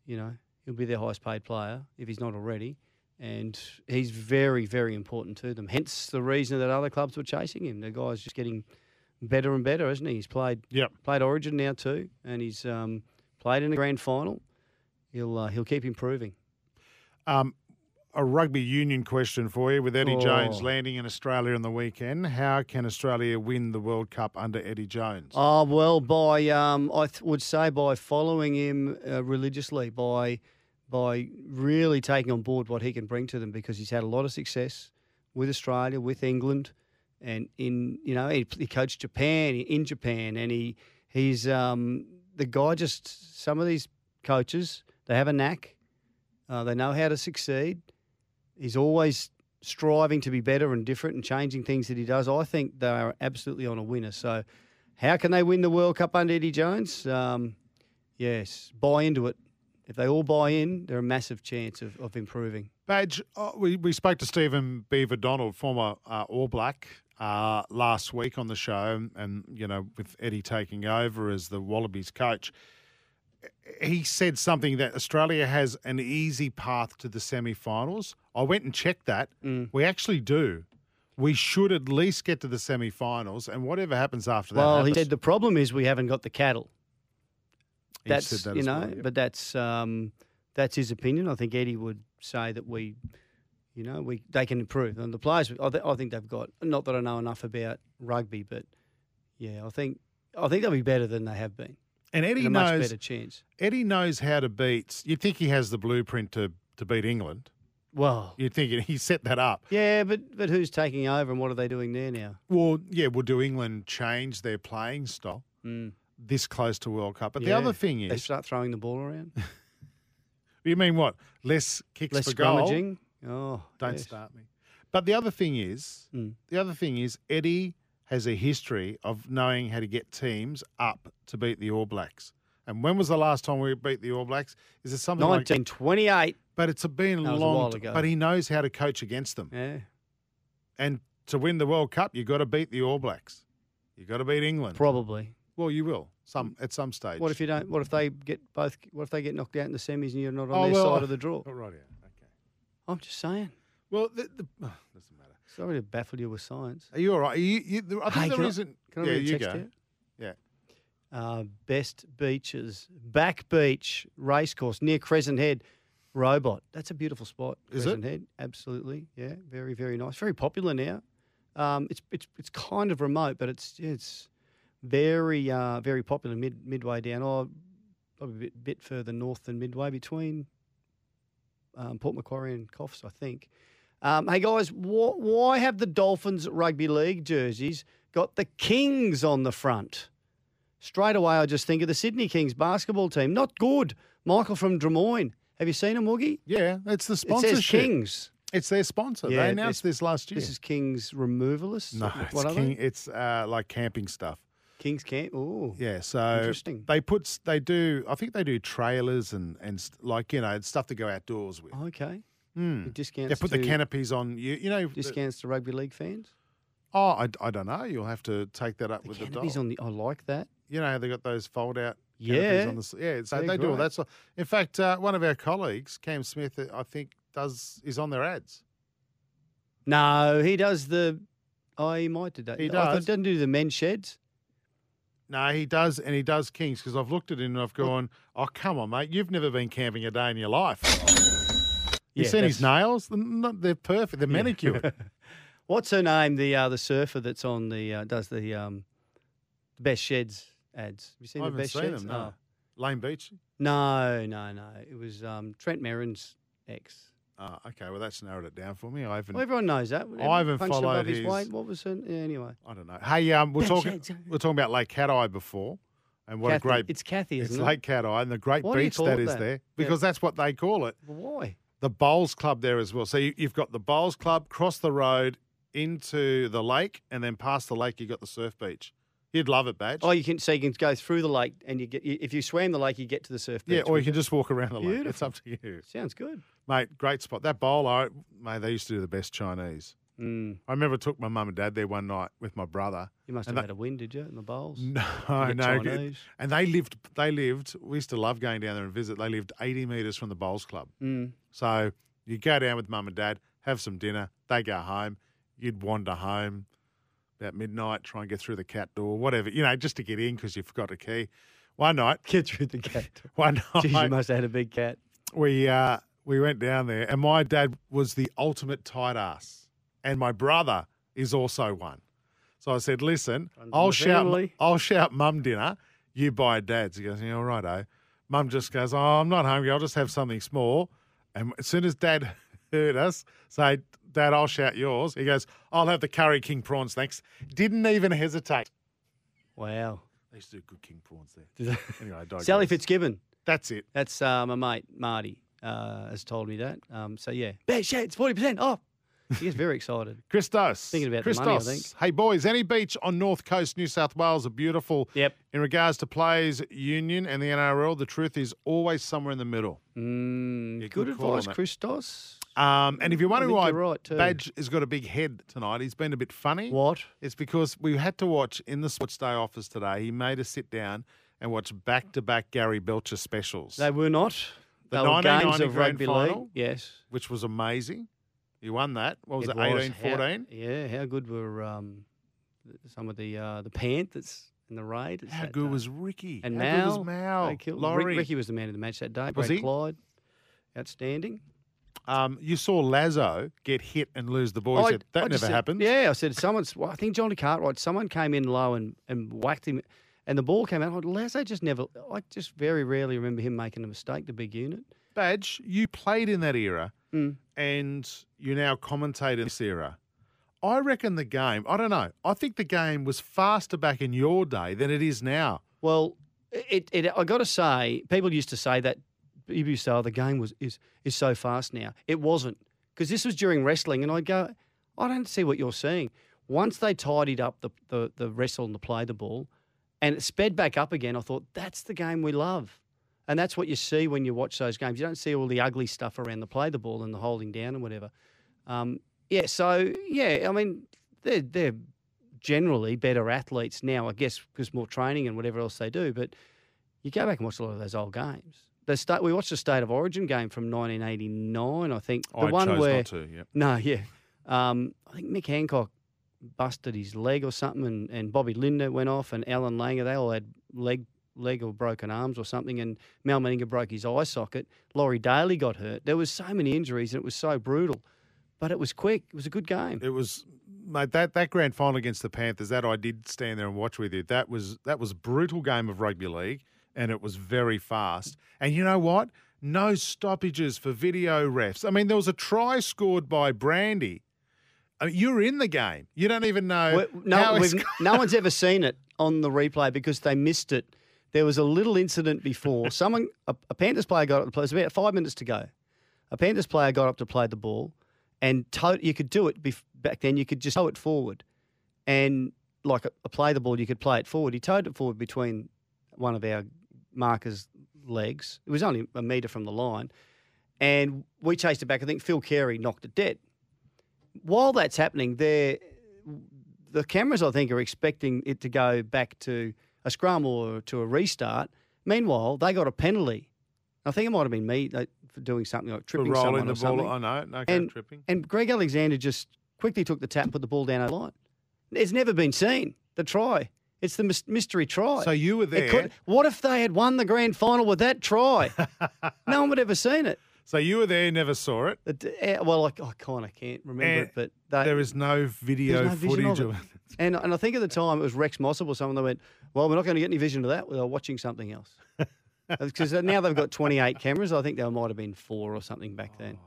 G: you know, he'll be their highest paid player if he's not already, and he's very very important to them. Hence the reason that other clubs were chasing him. The guy's just getting better and better, isn't he? He's played
F: Yep.
G: played Origin now too, and he's um, played in the grand final. He'll uh, he'll keep improving.
F: Um, a rugby union question for you with Eddie Jones
G: Oh.
F: landing in Australia on the weekend. How can Australia win the World Cup under Eddie Jones?
G: Oh well, by um, I th- would say by following him uh, religiously, by by really taking on board what he can bring to them, because he's had a lot of success with Australia, with England, and in you know he, he coached Japan in Japan, and he he's um, the guy. Just some of these coaches, they have a knack. Uh, they know how to succeed. He's always striving to be better and different and changing things that he does. I think they are absolutely on a winner. So, how can they win the World Cup under Eddie Jones? Um, yes, buy into it. If they all buy in, they're a massive chance of, of improving.
F: Badge, uh, we, we spoke to Stephen Beaver Donald, former uh, All Black, uh, last week on the show, and, and, you know, with Eddie taking over as the Wallabies coach. He said something that Australia has an easy path to the semi finals. I went and checked that.
G: Mm.
F: We actually do. We should at least get to the semi finals, and whatever happens after that.
G: well, he
F: happens.
G: said the problem is we haven't got the cattle.
F: He
G: That's
F: said that
G: you
F: as
G: know,
F: well, yeah.
G: but that's um, that's his opinion. I think Eddie would say that we, you know, we they can improve and the players. I, th- I think they've got not that I know enough about rugby, but yeah, I think I think they'll be better than they have been.
F: and Eddie
G: and a much
F: knows
G: better chance.
F: Eddie knows how to beat. You'd think he has the blueprint to, to beat England.
G: Well,
F: You'd think he set that up.
G: yeah, but but who's taking over and what are they doing there now?
F: Well, yeah, well, do England change their playing style this close to World Cup? But the
G: Hmm. Yeah,
F: other thing
G: they
F: is,
G: start throwing the ball around,
F: you mean what? Less kicks
G: less
F: for goal,
G: scrummaging. Oh,
F: Don't
G: yes. Hmm.
F: start me. But the other thing is, the other thing is, Eddie has a history of knowing how to get teams up to beat the All Blacks. And when was the last time we beat the All Blacks? Is it something like?
G: 1928.
F: But it's been
G: That
F: a
G: was a
F: long.
G: while
F: t-
G: ago.
F: But he knows how to coach against them.
G: Yeah.
F: And to win the World Cup, you got to beat the All Blacks. You got to beat England.
G: Probably.
F: well, you will some at some stage.
G: Mm. What if you don't? What if they get both? What if they get knocked out in the semis and you're not on
F: Oh,
G: their
F: well,
G: side of the draw?
F: Oh, right, yeah. Okay.
G: I'm just saying.
F: Well, the, the, oh, doesn't matter.
G: Sorry to baffle you with science.
F: Are you all right? Are you, you, the- I think
G: Hey,
F: the
G: can I-
F: reason.
G: Can I
F: yeah,
G: read a
F: you
G: text
F: go.
G: out?
F: Yeah.
G: Uh, best beaches, Back Beach Racecourse near Crescent Head, Robot. That's a beautiful spot.
F: Is it?
G: Crescent Head, absolutely. Yeah, very very nice. Very popular now. Um, it's it's it's kind of remote, but it's it's very uh, very popular mid midway down. Oh, probably a bit, bit further north than midway between um, Port Macquarie and Coffs, I think. Um, hey guys, wh- why have the Dolphins rugby league jerseys got the Kings on the front? Straight away, I just think of the Sydney Kings basketball team. Not good. Michael from Drummoyne. Have you seen him, Woogie?
F: Yeah, it's the
G: It
F: sponsorship.
G: says Kings.
F: It's their sponsor.
G: Yeah,
F: they announced
G: this-
F: this last year.
G: This is Kings Removalists.
F: no,
G: What
F: it's
G: are
F: king,
G: they?
F: it's uh, like camping stuff.
G: Kings Camp. Oh,
F: Yeah, so
G: Interesting.
F: they put s- they do. I think they do trailers and and st- like you know stuff to go outdoors with.
G: Okay.
F: Mm.
G: Oh, It discounts.
F: They put the
G: to-
F: canopies on you. You know, the-
G: Discounts to rugby league fans.
F: oh, I, I don't know. You'll have to take that up
G: The
F: with
G: canopies
F: the dog.
G: on the. I like that.
F: you know how they got those fold out
G: Yeah.
F: on the s- yeah so
G: They're
F: they do all
G: great.
F: that sort in fact uh, one of our colleagues cam smith uh, i think does is on their ads
G: No, he does the. Oh, he might do that.
F: He
G: I thought-
F: does.
G: Doesn't do the men's sheds.
F: no he does and he does kings because i've looked at him and i've gone oh come on mate you've never been camping a day in your life you
G: Yeah,
F: seen his
G: that's-
F: nails they're, not, they're perfect they're manicured
G: What's her name? The uh, the surfer that's on the uh, does the um, best sheds ads. Have you
F: i
G: seen the
F: haven't
G: best
F: seen
G: sheds?
F: them no
G: Oh.
F: lane beach
G: No, no, no. It was um, Trent Merrin's ex.
F: Ah, okay well that's narrowed it down for me i haven't
G: Well, everyone knows that.
F: I haven't
G: Punched above
F: followed
G: his,
F: his-
G: weight. What was it? Yeah, anyway.
F: i don't know hey um we're
G: Best
F: talking
G: sheds.
F: we're talking about lake cat eye before and what
G: Kathy-
F: a great
G: It's Kathy, isn't
F: it's
G: it?
F: Lake Cat Eye and the great
G: Why do you
F: beach
G: call
F: that
G: it
F: is
G: that?
F: there
G: Yeah.
F: because that's what they call it.
G: Why?
F: the bowls club there as well. So you, you've got the bowls club, cross the road into the lake, and then past the lake you've got the surf beach. You'd love it, Badge.
G: Oh, you can so you can go through the lake and you get you, if you swam the lake, you get to the surf beach.
F: yeah, or you
G: wouldn't
F: can just walk around the lake. It's
G: Beautiful.
F: up to you,
G: it? Sounds good.
F: mate. Great spot. That bowl, I mate, they used to do the best Chinese.
G: Mm.
F: I remember I took my mum and dad there one night with my brother.
G: You must have
F: And that-
G: had a win, did you, in the bowls?
F: No,
G: get
F: no,
G: Chinese.
F: and they lived. They lived. We used to love going down there and visit. They lived eighty meters from the bowls club.
G: Mm.
F: So you go down with mum and dad, have some dinner, they go home, you'd wander home about midnight, try and get through the cat door, whatever, you know, just to get in because you forgot a key. One night,
G: Get through the cat.
F: one
G: Jeez, you
F: night,
G: must have had a big cat.
F: we, uh, we went down there, and my dad was the ultimate tight ass, and my brother is also one. So I said, "Listen,
G: Runs in
F: I'll
G: the
F: shout,
G: family."
F: I'll shout, mum dinner. You buy dad's." He goes, "Yeah, all right, oh." Mum just goes, "Oh, I'm not hungry. I'll just have something small." And as soon as dad heard us say, "Dad, I'll shout yours," he goes, "I'll have the curry king prawns, thanks." Didn't even hesitate.
G: Wow.
F: They used to do good king prawns there.
G: Did they-
F: Anyway, I digress.
G: Sally Fitzgibbon.
F: That's it.
G: That's uh, my mate Marty uh, has told me that. Um, so yeah, bet shades forty percent off. He gets very excited.
F: Christos.
G: Thinking about the
F: Christos.
G: money, I think.
F: Hey, boys, any beach on North Coast, New South Wales are beautiful.
G: Yep.
F: In regards to players, union, and the NRL, the truth is always somewhere in the middle.
G: Mm,
F: Yeah,
G: good,
F: good call on
G: advice,
F: that.
G: Christos.
F: Um, and if you
G: I
F: wonder
G: think
F: why
G: you're right, too.
F: Badge has got a big head tonight, he's been a bit funny.
G: What?
F: It's because we had to watch in the Sports Day office today. He made us sit down and watch back to back Gary Belcher specials,
G: They were not.
F: The
G: they were games
F: 1990
G: of
F: grand
G: rugby league.
F: final?
G: Yes.
F: which was amazing. He won that. What was it,
G: was.
F: eighteen,
G: How-
F: fourteen?
G: yeah. How good were um, th- some of the uh, the Panthers in the raid? It's
F: How
G: that
F: good
G: day.
F: was Ricky?
G: and
F: How
G: Mal?
F: good was Mal?
G: They killed- Rick-
F: Laurie.
G: Ricky was the man of the match that day.
F: Was
G: Brad
F: he?
G: Clyde, outstanding.
F: Um, you saw Lazo get hit and lose the ball. He
G: I-
F: said, that
G: I just
F: never
G: said-
F: happened.
G: Yeah, I said someone's. Well, I think Johnny Cartwright. Someone came in low and, and whacked him, and the ball came out. Lazo just never. I just very rarely remember him making a mistake. The big unit.
F: Badge, you played in that era
G: Mm.
F: and you now commentate in this era. I reckon the game, I don't know, I think the game was faster back in your day than it is now.
G: Well, it, it I got to say, people used to say that people used to say oh, the game was is is so fast now. It wasn't because this was during wrestling, and I'd go, I don't see what you're seeing. Once they tidied up the, the, the wrestle and the play the ball, and it sped back up again, I thought, that's the game we love. And that's what you see when you watch those games. You don't see all the ugly stuff around the play the ball and the holding down and whatever. Um, yeah, so, yeah, I mean, they're, they're generally better athletes now, I guess, because more training and whatever else they do. But you go back and watch a lot of those old games. The state, we watched the State of Origin game from 1989, I think. The
J: I
G: one
J: chose
G: where
J: not to. Yep.
G: no, yeah. Um, I think Mick Hancock busted his leg or something, and, and Bobby Linder went off, and Alan Langer, they all had leg leg or broken arms or something, and Mal Meninger broke his eye socket. Laurie Daly got hurt. There was so many injuries, and it was so brutal, but it was quick. It was a good game.
F: It was, mate. That that grand final against the Panthers, that I did stand there and watch with you. That was that was a brutal game of rugby league, and it was very fast. And you know what? No stoppages for video refs. I mean, there was a try scored by Brandy. I mean, you're in the game. You don't even know.
G: We- no,
F: how it's
G: we've,
F: go-
G: no one's ever seen it on the replay because they missed it. There was a little incident before. Someone, a, a Panthers player got up to play. It was about five minutes to go. A Panthers player got up to play the ball, and to, you could do it bef- back then. You could just tow it forward, and like a, a play the ball, you could play it forward. He towed it forward between one of our markers' legs. It was only a metre from the line, and we chased it back. I think Phil Carey knocked it dead. While that's happening, there the cameras, I think, are expecting it to go back to a scrum or to a restart. Meanwhile, they got a penalty. I think it might have been me like, for doing something like
F: for
G: tripping someone
F: rolling
G: or
F: the
G: something.
F: ball. I know. No
G: and,
F: tripping.
G: and Greg Alexander just quickly took the tap, and put the ball down the line. It's never been seen. The try. It's the mys- mystery try.
F: So you were
G: It
F: there.
G: what if they had won the grand final with that try? no one would ever seen it.
F: So you were there, never saw it.
G: It- eh, well, I, I kind of can't remember
F: And
G: it, but they,
F: There is no video
G: Uh, there's no vision
F: footage
G: of
F: of
G: it.
F: it.
G: And, and I think at the time it was Rex Mossop or someone that went, well, we're not going to get any vision of that. They're watching something else. Because now they've got 28 cameras. I think there might have been four or something back then.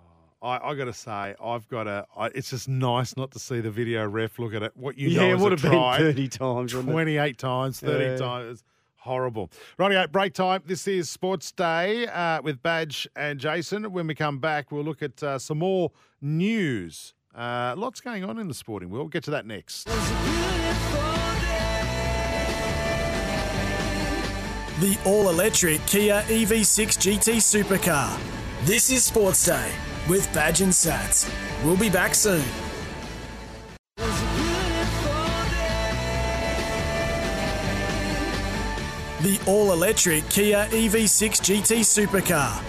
F: I, I got to say, I've got a. I, it's just nice not to see the video ref look at it. What you know
G: yeah, it
F: is
G: would
F: a
G: have been
F: try.
G: 30 times. wouldn't it?
F: 28 times, 30
G: Yeah.
F: times. It's horrible. Rightio, break time. This is Sports Day uh, with Badge and Jason. When we come back, we'll look at uh, some more news. Uh, lots going on in the sporting world. We'll get to that next.
E: The all electric Kia E EV6 GT Supercar. This is Sports Day with Badge and Sats. We'll be back soon. The all electric Kia E EV6 GT Supercar.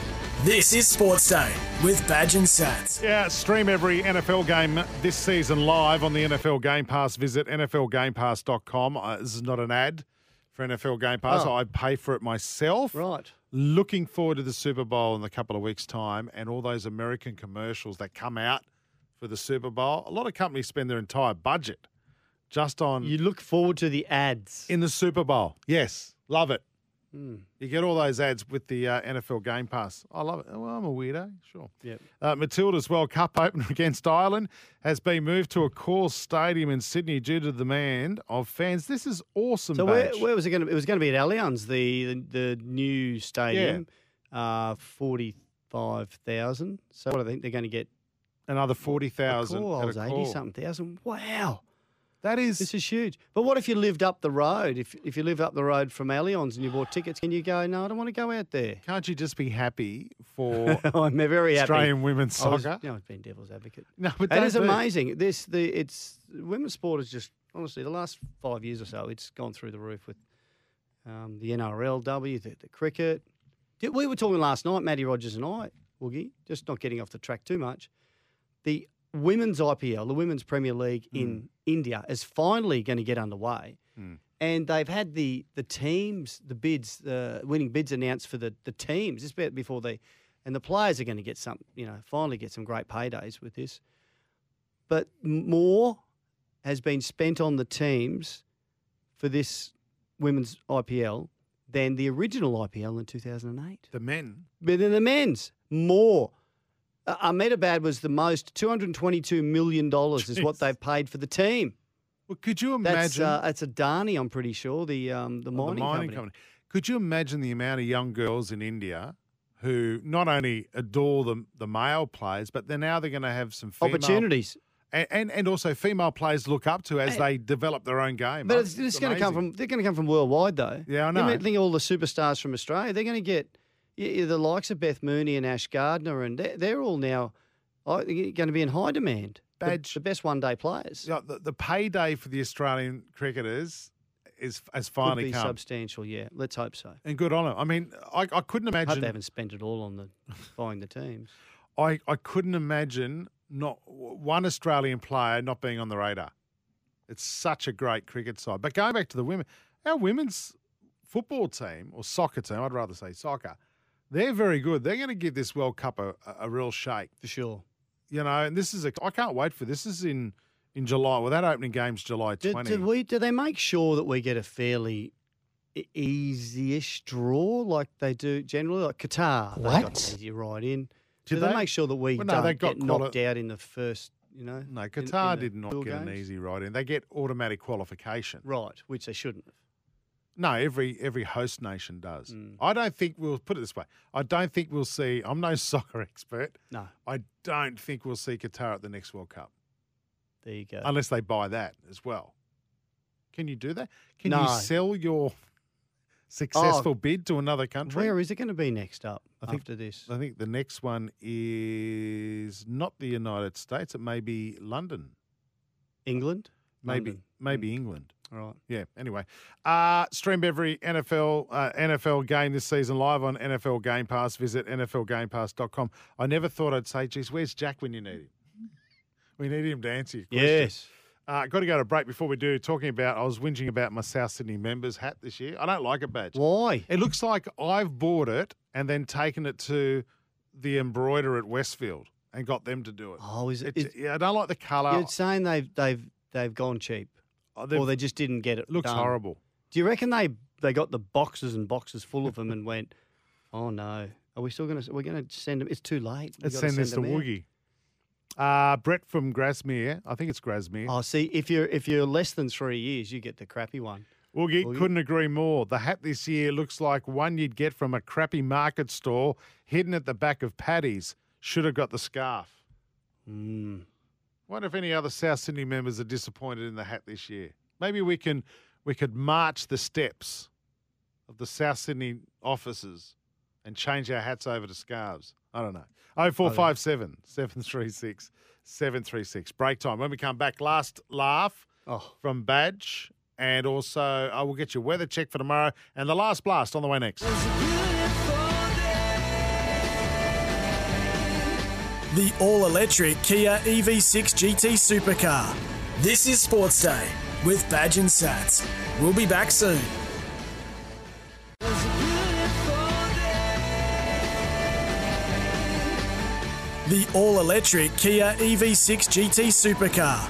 E: This is Sports Day with Badge and Sats.
F: Yeah, stream every NFL game this season live on the NFL Game Pass. Visit NFLGamePass.com. Uh, this is not an ad for NFL Game Pass.
G: Oh.
F: I pay for it myself.
G: Right.
F: looking forward to the Super Bowl in a couple of weeks' time and all those American commercials that come out for the Super Bowl. A lot of companies spend their entire budget just on
G: You look forward to the ads.
F: Um,
G: Hmm,
F: in the Super Bowl. Yes, love it. You get all those ads with the uh, NFL Game Pass. I love it. Oh, Well, I'm a weirdo, sure.
G: Yep.
F: Uh, Matilda's World Cup opener against Ireland has been moved to a core stadium in Sydney due to the demand of fans. This is awesome.
G: So where,
F: Badge.
G: where was it going to? It was going to be at Allianz, the the, the new stadium, uh, forty five thousand. So what I think they're going to get.
F: Another forty thousand.
G: Cool, I was eighty something thousand. Wow.
F: That is
G: This is huge. But what if you lived up the road? If if you lived up the road from Allianz and you bought tickets, can you go? No, I don't want to go out there.
F: Can't you just be happy for
G: I'm very happy.
F: Australian women's
G: I was-
F: soccer?
G: no, I've been devil's advocate.
F: No, but
G: that
F: don't
G: is
F: do it.
G: amazing. This the it's women's sport is just honestly the last five years or so it's gone through the roof with um, the NRLW, the, the cricket. Did- We were talking last night, Matty Rogers and I, Woogie, just not getting off the track too much. The women's IPL, the Women's Premier League
F: Mm.
G: in India, is finally going to get underway. And they've had the the teams, the bids, the winning bids announced for the, the teams. This bit before they, and the players are going to get some, you know, finally get some great paydays with this. But more has been spent on the teams for this women's IPL than the original IPL in 2008.
F: The men.
G: But then the men's, more. Uh, Ahmedabad was the most, $222 million is what
F: Jeez.
G: they've paid for the team.
F: Well, could you
G: That's,
F: imagine
G: uh, that's a Darnie, I'm pretty sure, the, um, the
F: the
G: mining,
F: mining
G: company.
F: company. Could you imagine the amount of young girls in India who not only adore the, the male players, but they're now they're going to have some female,
G: Opportunities.
F: and, and and also female players look up to as they develop their own game.
G: But it's, it's going to come
F: amazing.
G: from they're going to come from worldwide though.
F: Yeah, I
G: You
F: know.
G: might think all the superstars from Australia they're going to get y- y- the likes of Beth Mooney and Ash Gardner, and they're, they're all now uh, going to be in high demand. The-
F: Badge.
G: the, best one day players
F: Yeah, the, the payday for the Australian cricketers is has
G: could
F: finally
G: be
F: come,
G: substantial. Yeah, let's hope so.
F: and good on them. I mean, I, I couldn't
G: I hope they
F: imagine.
G: haven't spent it all on the buying the teams.
F: I, I couldn't imagine not w- one Australian player not being on the radar. It's such a great cricket side. But going back to the women, our women's football team or soccer team, I'd rather say soccer, they're very good. They're going to give this World Cup a, a, a real shake.
G: For sure.
F: You know, and this is a I can't wait for this. This is in in July. Well, that opening game's July
G: Do,
F: twenty.
G: do we? Do they make sure that we get a fairly e- easy-ish draw like they do generally? Like Qatar, they
A: What?
G: got an easy right in.
F: Did
G: do they,
F: they?
G: make sure that we
F: Well, no,
G: don't
F: they got
G: get
F: quali-
G: knocked out in the first? You know,
F: no,
G: in-
F: Qatar
G: in the
F: did not
G: pool
F: get an
G: games?
F: easy ride in. They get automatic qualification.
G: right, which they shouldn't. have.
F: No, every every host nation does.
G: Mm.
F: I don't think we'll put it this way. I don't think we'll see. I'm no soccer expert.
G: No,
F: I don't think we'll see Qatar at the next World Cup
G: there you go.
F: unless they buy that as well. Can you do that? Can
G: No. Oh.
F: you sell your successful bid to another country?
G: Where is it going to be next up
F: I think-
G: after this?
F: I think the next one is not the United States. It may be London.
G: England,
F: Maybe
G: London.
F: maybe England.
G: All right.
F: Yeah. Anyway, uh, stream every NFL uh, NFL game this season live on NFL Game Pass. Visit NFLGamePass.com. I never thought I'd say, "Geez, where's Jack when you need him?" We need him to answer your question.
G: Yes.
F: Uh, got to go to break before we do. Talking about, I was whinging about my South Sydney members hat this year. I don't like it, badge.
G: Why?
F: It looks like I've bought it and then taken it to the embroiderer at Westfield and got them to do it.
G: Oh, is it?
F: It's-
G: is-
F: yeah, I don't like the colour.
G: You're saying they've they've they've gone cheap,
F: Oh, they've-
G: or they just didn't get it.
F: it looks
G: done.
F: horrible.
G: Do you reckon they they got the boxes and boxes full of them and went, oh no, are we still going to we're going to send them? It's too late. We
F: Let's
G: gotta
F: send this to
G: them out."
F: Woogie. Uh, Brett from Grasmere. I think it's Grasmere.
G: Oh, see, if you're if you're less than three years, you get the crappy one.
F: Woogie,
G: Woogie.
F: couldn't agree more. The hat this year looks like one you'd get from a crappy market store hidden at the back of Paddy's. Should have got the scarf. Hmm.
G: Mm.
F: Wonder if any other South Sydney members are disappointed in the hat this year. Maybe we can we could march the steps of the South Sydney offices and change our hats over to scarves. I don't know. 0457 736 736. Break time. When we come back, last laugh
G: Oh,
F: from Badge. And also, I will get your weather check for tomorrow and the last blast on the way next.
E: The all electric Kia E EV6 GT Supercar. This is Sports Day with Badge and Sats. We'll be back soon. The all electric Kia E EV6 GT Supercar.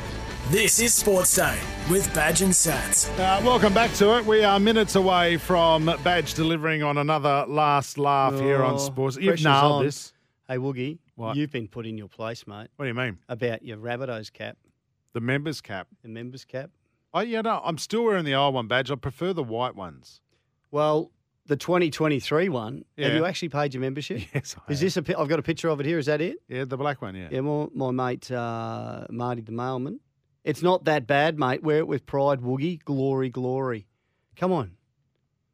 E: This is Sports Day with Badge and Sats.
F: Uh, welcome back to it. We are minutes away from Badge delivering on another last laugh here on
G: Oh,
F: Sports. You've
G: pressure's
F: nailed
G: on.
F: this.
G: hey Woogie,
F: What?
G: you've been put in your place, mate,
F: What do you mean?
G: about your Rabbitohs cap,
F: The members cap.
G: the members cap.
F: Oh, yeah, no, I'm still wearing the old one badge. I prefer the white ones.
G: Well, the 2023 one. Have
F: Yeah.
G: you actually paid your membership?
F: Yes, I
G: Is this a? pi- I've got a picture of it here. Is that it?
F: Yeah, the black one, yeah.
G: Yeah, my, my mate uh, Marty the mailman. It's not that bad, mate. Wear it with pride, Woogie. Glory, glory. Come on.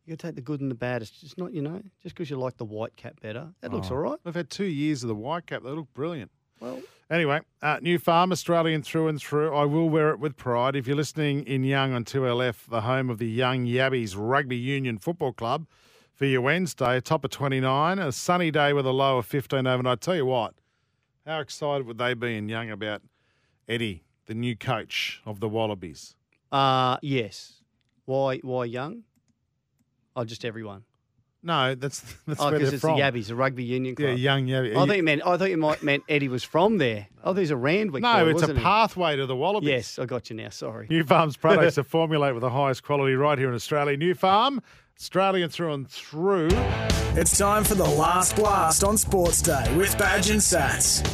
G: You gotta take the good and the bad. It's just not, you know, just because you like the white cap better. That
F: Oh.
G: looks all right.
F: We've had two years of the white cap. They look brilliant.
G: Well,
F: Anyway, uh, new farm, Australian through and through. I will wear it with pride. If you're listening in Young on 2LF, the home of the Young Yabbies Rugby Union Football Club, for your Wednesday, a top of 29, a sunny day with a low of 15 overnight. I tell you what, how excited would they be in Young about Eddie, the new coach of the Wallabies?
G: uh, yes. Why why young? Oh, just everyone.
F: No, that's that's
G: Oh,
F: where
G: because
F: they're
G: it's
F: from.
G: the Yabbies, the rugby union
F: Yeah,
G: club. Oh,
F: young Yabby.
G: I thought you meant I thought you might meant Eddie was from there. Oh, there's a Randwick.
F: no,
G: boy,
F: it's a
G: wasn't he?
F: pathway to the Wallabies.
G: Yes, I got you now. Sorry.
F: New Farm's products are formulated with the highest quality right here in Australia. New Farm, Australian through and through.
E: It's time for the last blast on Sports Day with Badge and Sats.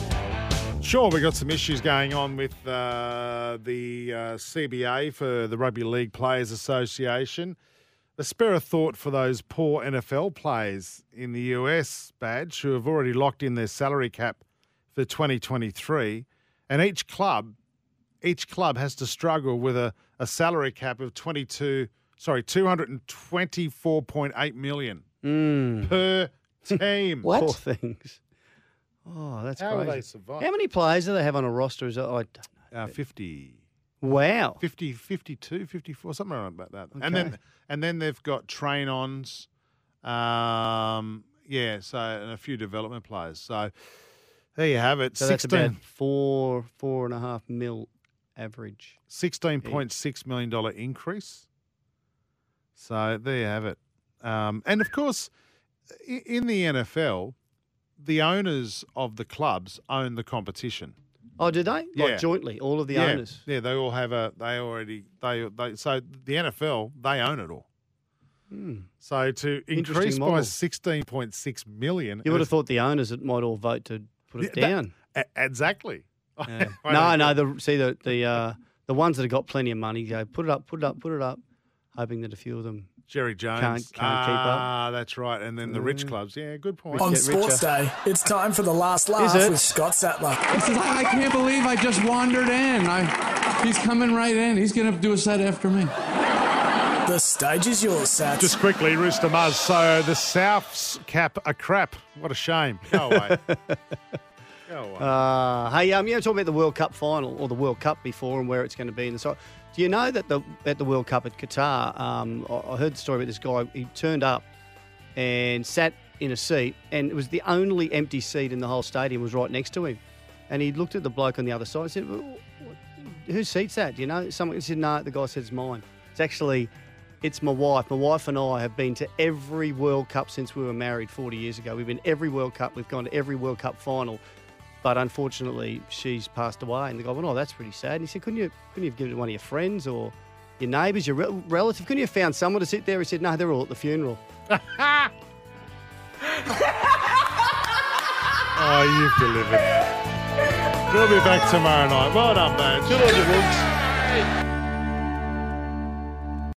F: Sure, we've got some issues going on with uh, the uh, CBA for the Rugby League Players Association. A spare of thought for those poor NFL players in the US, Badge, who have already locked in their salary cap for 2023. And each club, each club has to struggle with a, a salary cap of 22, sorry, 224.8 million
G: Mm.
F: per team.
G: Poor
A: What?
G: things. Oh, that's
F: How will
G: crazy.
F: they survive?
G: How many players do they have on a roster? Is that, oh, I don't know.
F: Uh, 50.
G: Wow.
F: 50, 52, 54, something around about that. And then and then they've got train ons, um, yeah. So and a few development players. So there you have it.
G: So that's about four, four and a half mil average.
F: Sixteen point six million dollar increase. So there you have it. Um, and of course, i- in the NFL, the owners of the clubs own the competition.
G: Oh, do they? Like
F: Yeah.
G: jointly, all of the
F: yeah,
G: owners.
F: yeah, they all have a. They already they they. So the NFL they own it all. So to increase by
G: Hmm. model.
F: sixteen point six million,
G: You would have thought the owners that might all vote to put it
F: Yeah, that-
G: down.
F: A- exactly.
G: Yeah.
F: I
G: no,
F: don't
G: no. The, see the the uh, the ones that have got plenty of money go put it up, put it up, put it up, hoping that a few of them.
F: Jerry Jones
G: Can't- can't keep up.
F: Ah, that's right. And then the rich clubs. Yeah, good point.
E: On
G: get
E: Sports Day, it's time for the last laugh
G: it?
E: with Scott Sattler.
J: I can't believe I just wandered in. I, he's coming right in. He's going to do a set after me.
E: The stage is yours, Sats.
F: Just quickly, Rooster Muzz. So the South's cap are crap. What a shame. Go away. Go away.
G: Uh, hey, um, you know, talking about the World Cup final or the World Cup before and where it's going to be. And so, do you know that the at the World Cup at Qatar, um, I, I heard the story about this guy. He turned up and sat in a seat, and it was the only empty seat in the whole stadium was right next to him. And he looked at the bloke on the other side and said, well, wh- "Whose seat's that?" You know, someone he said, "No." The guy said, "It's mine." It's actually, it's my wife. My wife and I have been to every World Cup since we were married 40 years ago. We've been every World Cup. We've gone to every World Cup final, but unfortunately, she's passed away. And the guy went, "Oh, that's pretty sad." And he said, "Couldn't you, couldn't you have given it to one of your friends or?" Your neighbours, your re- relative, couldn't you have found someone to sit there? He said, "No, they're all at the funeral."
F: Oh, you've delivered. We'll be back tomorrow night. Well done, man. Good on you, Brooks.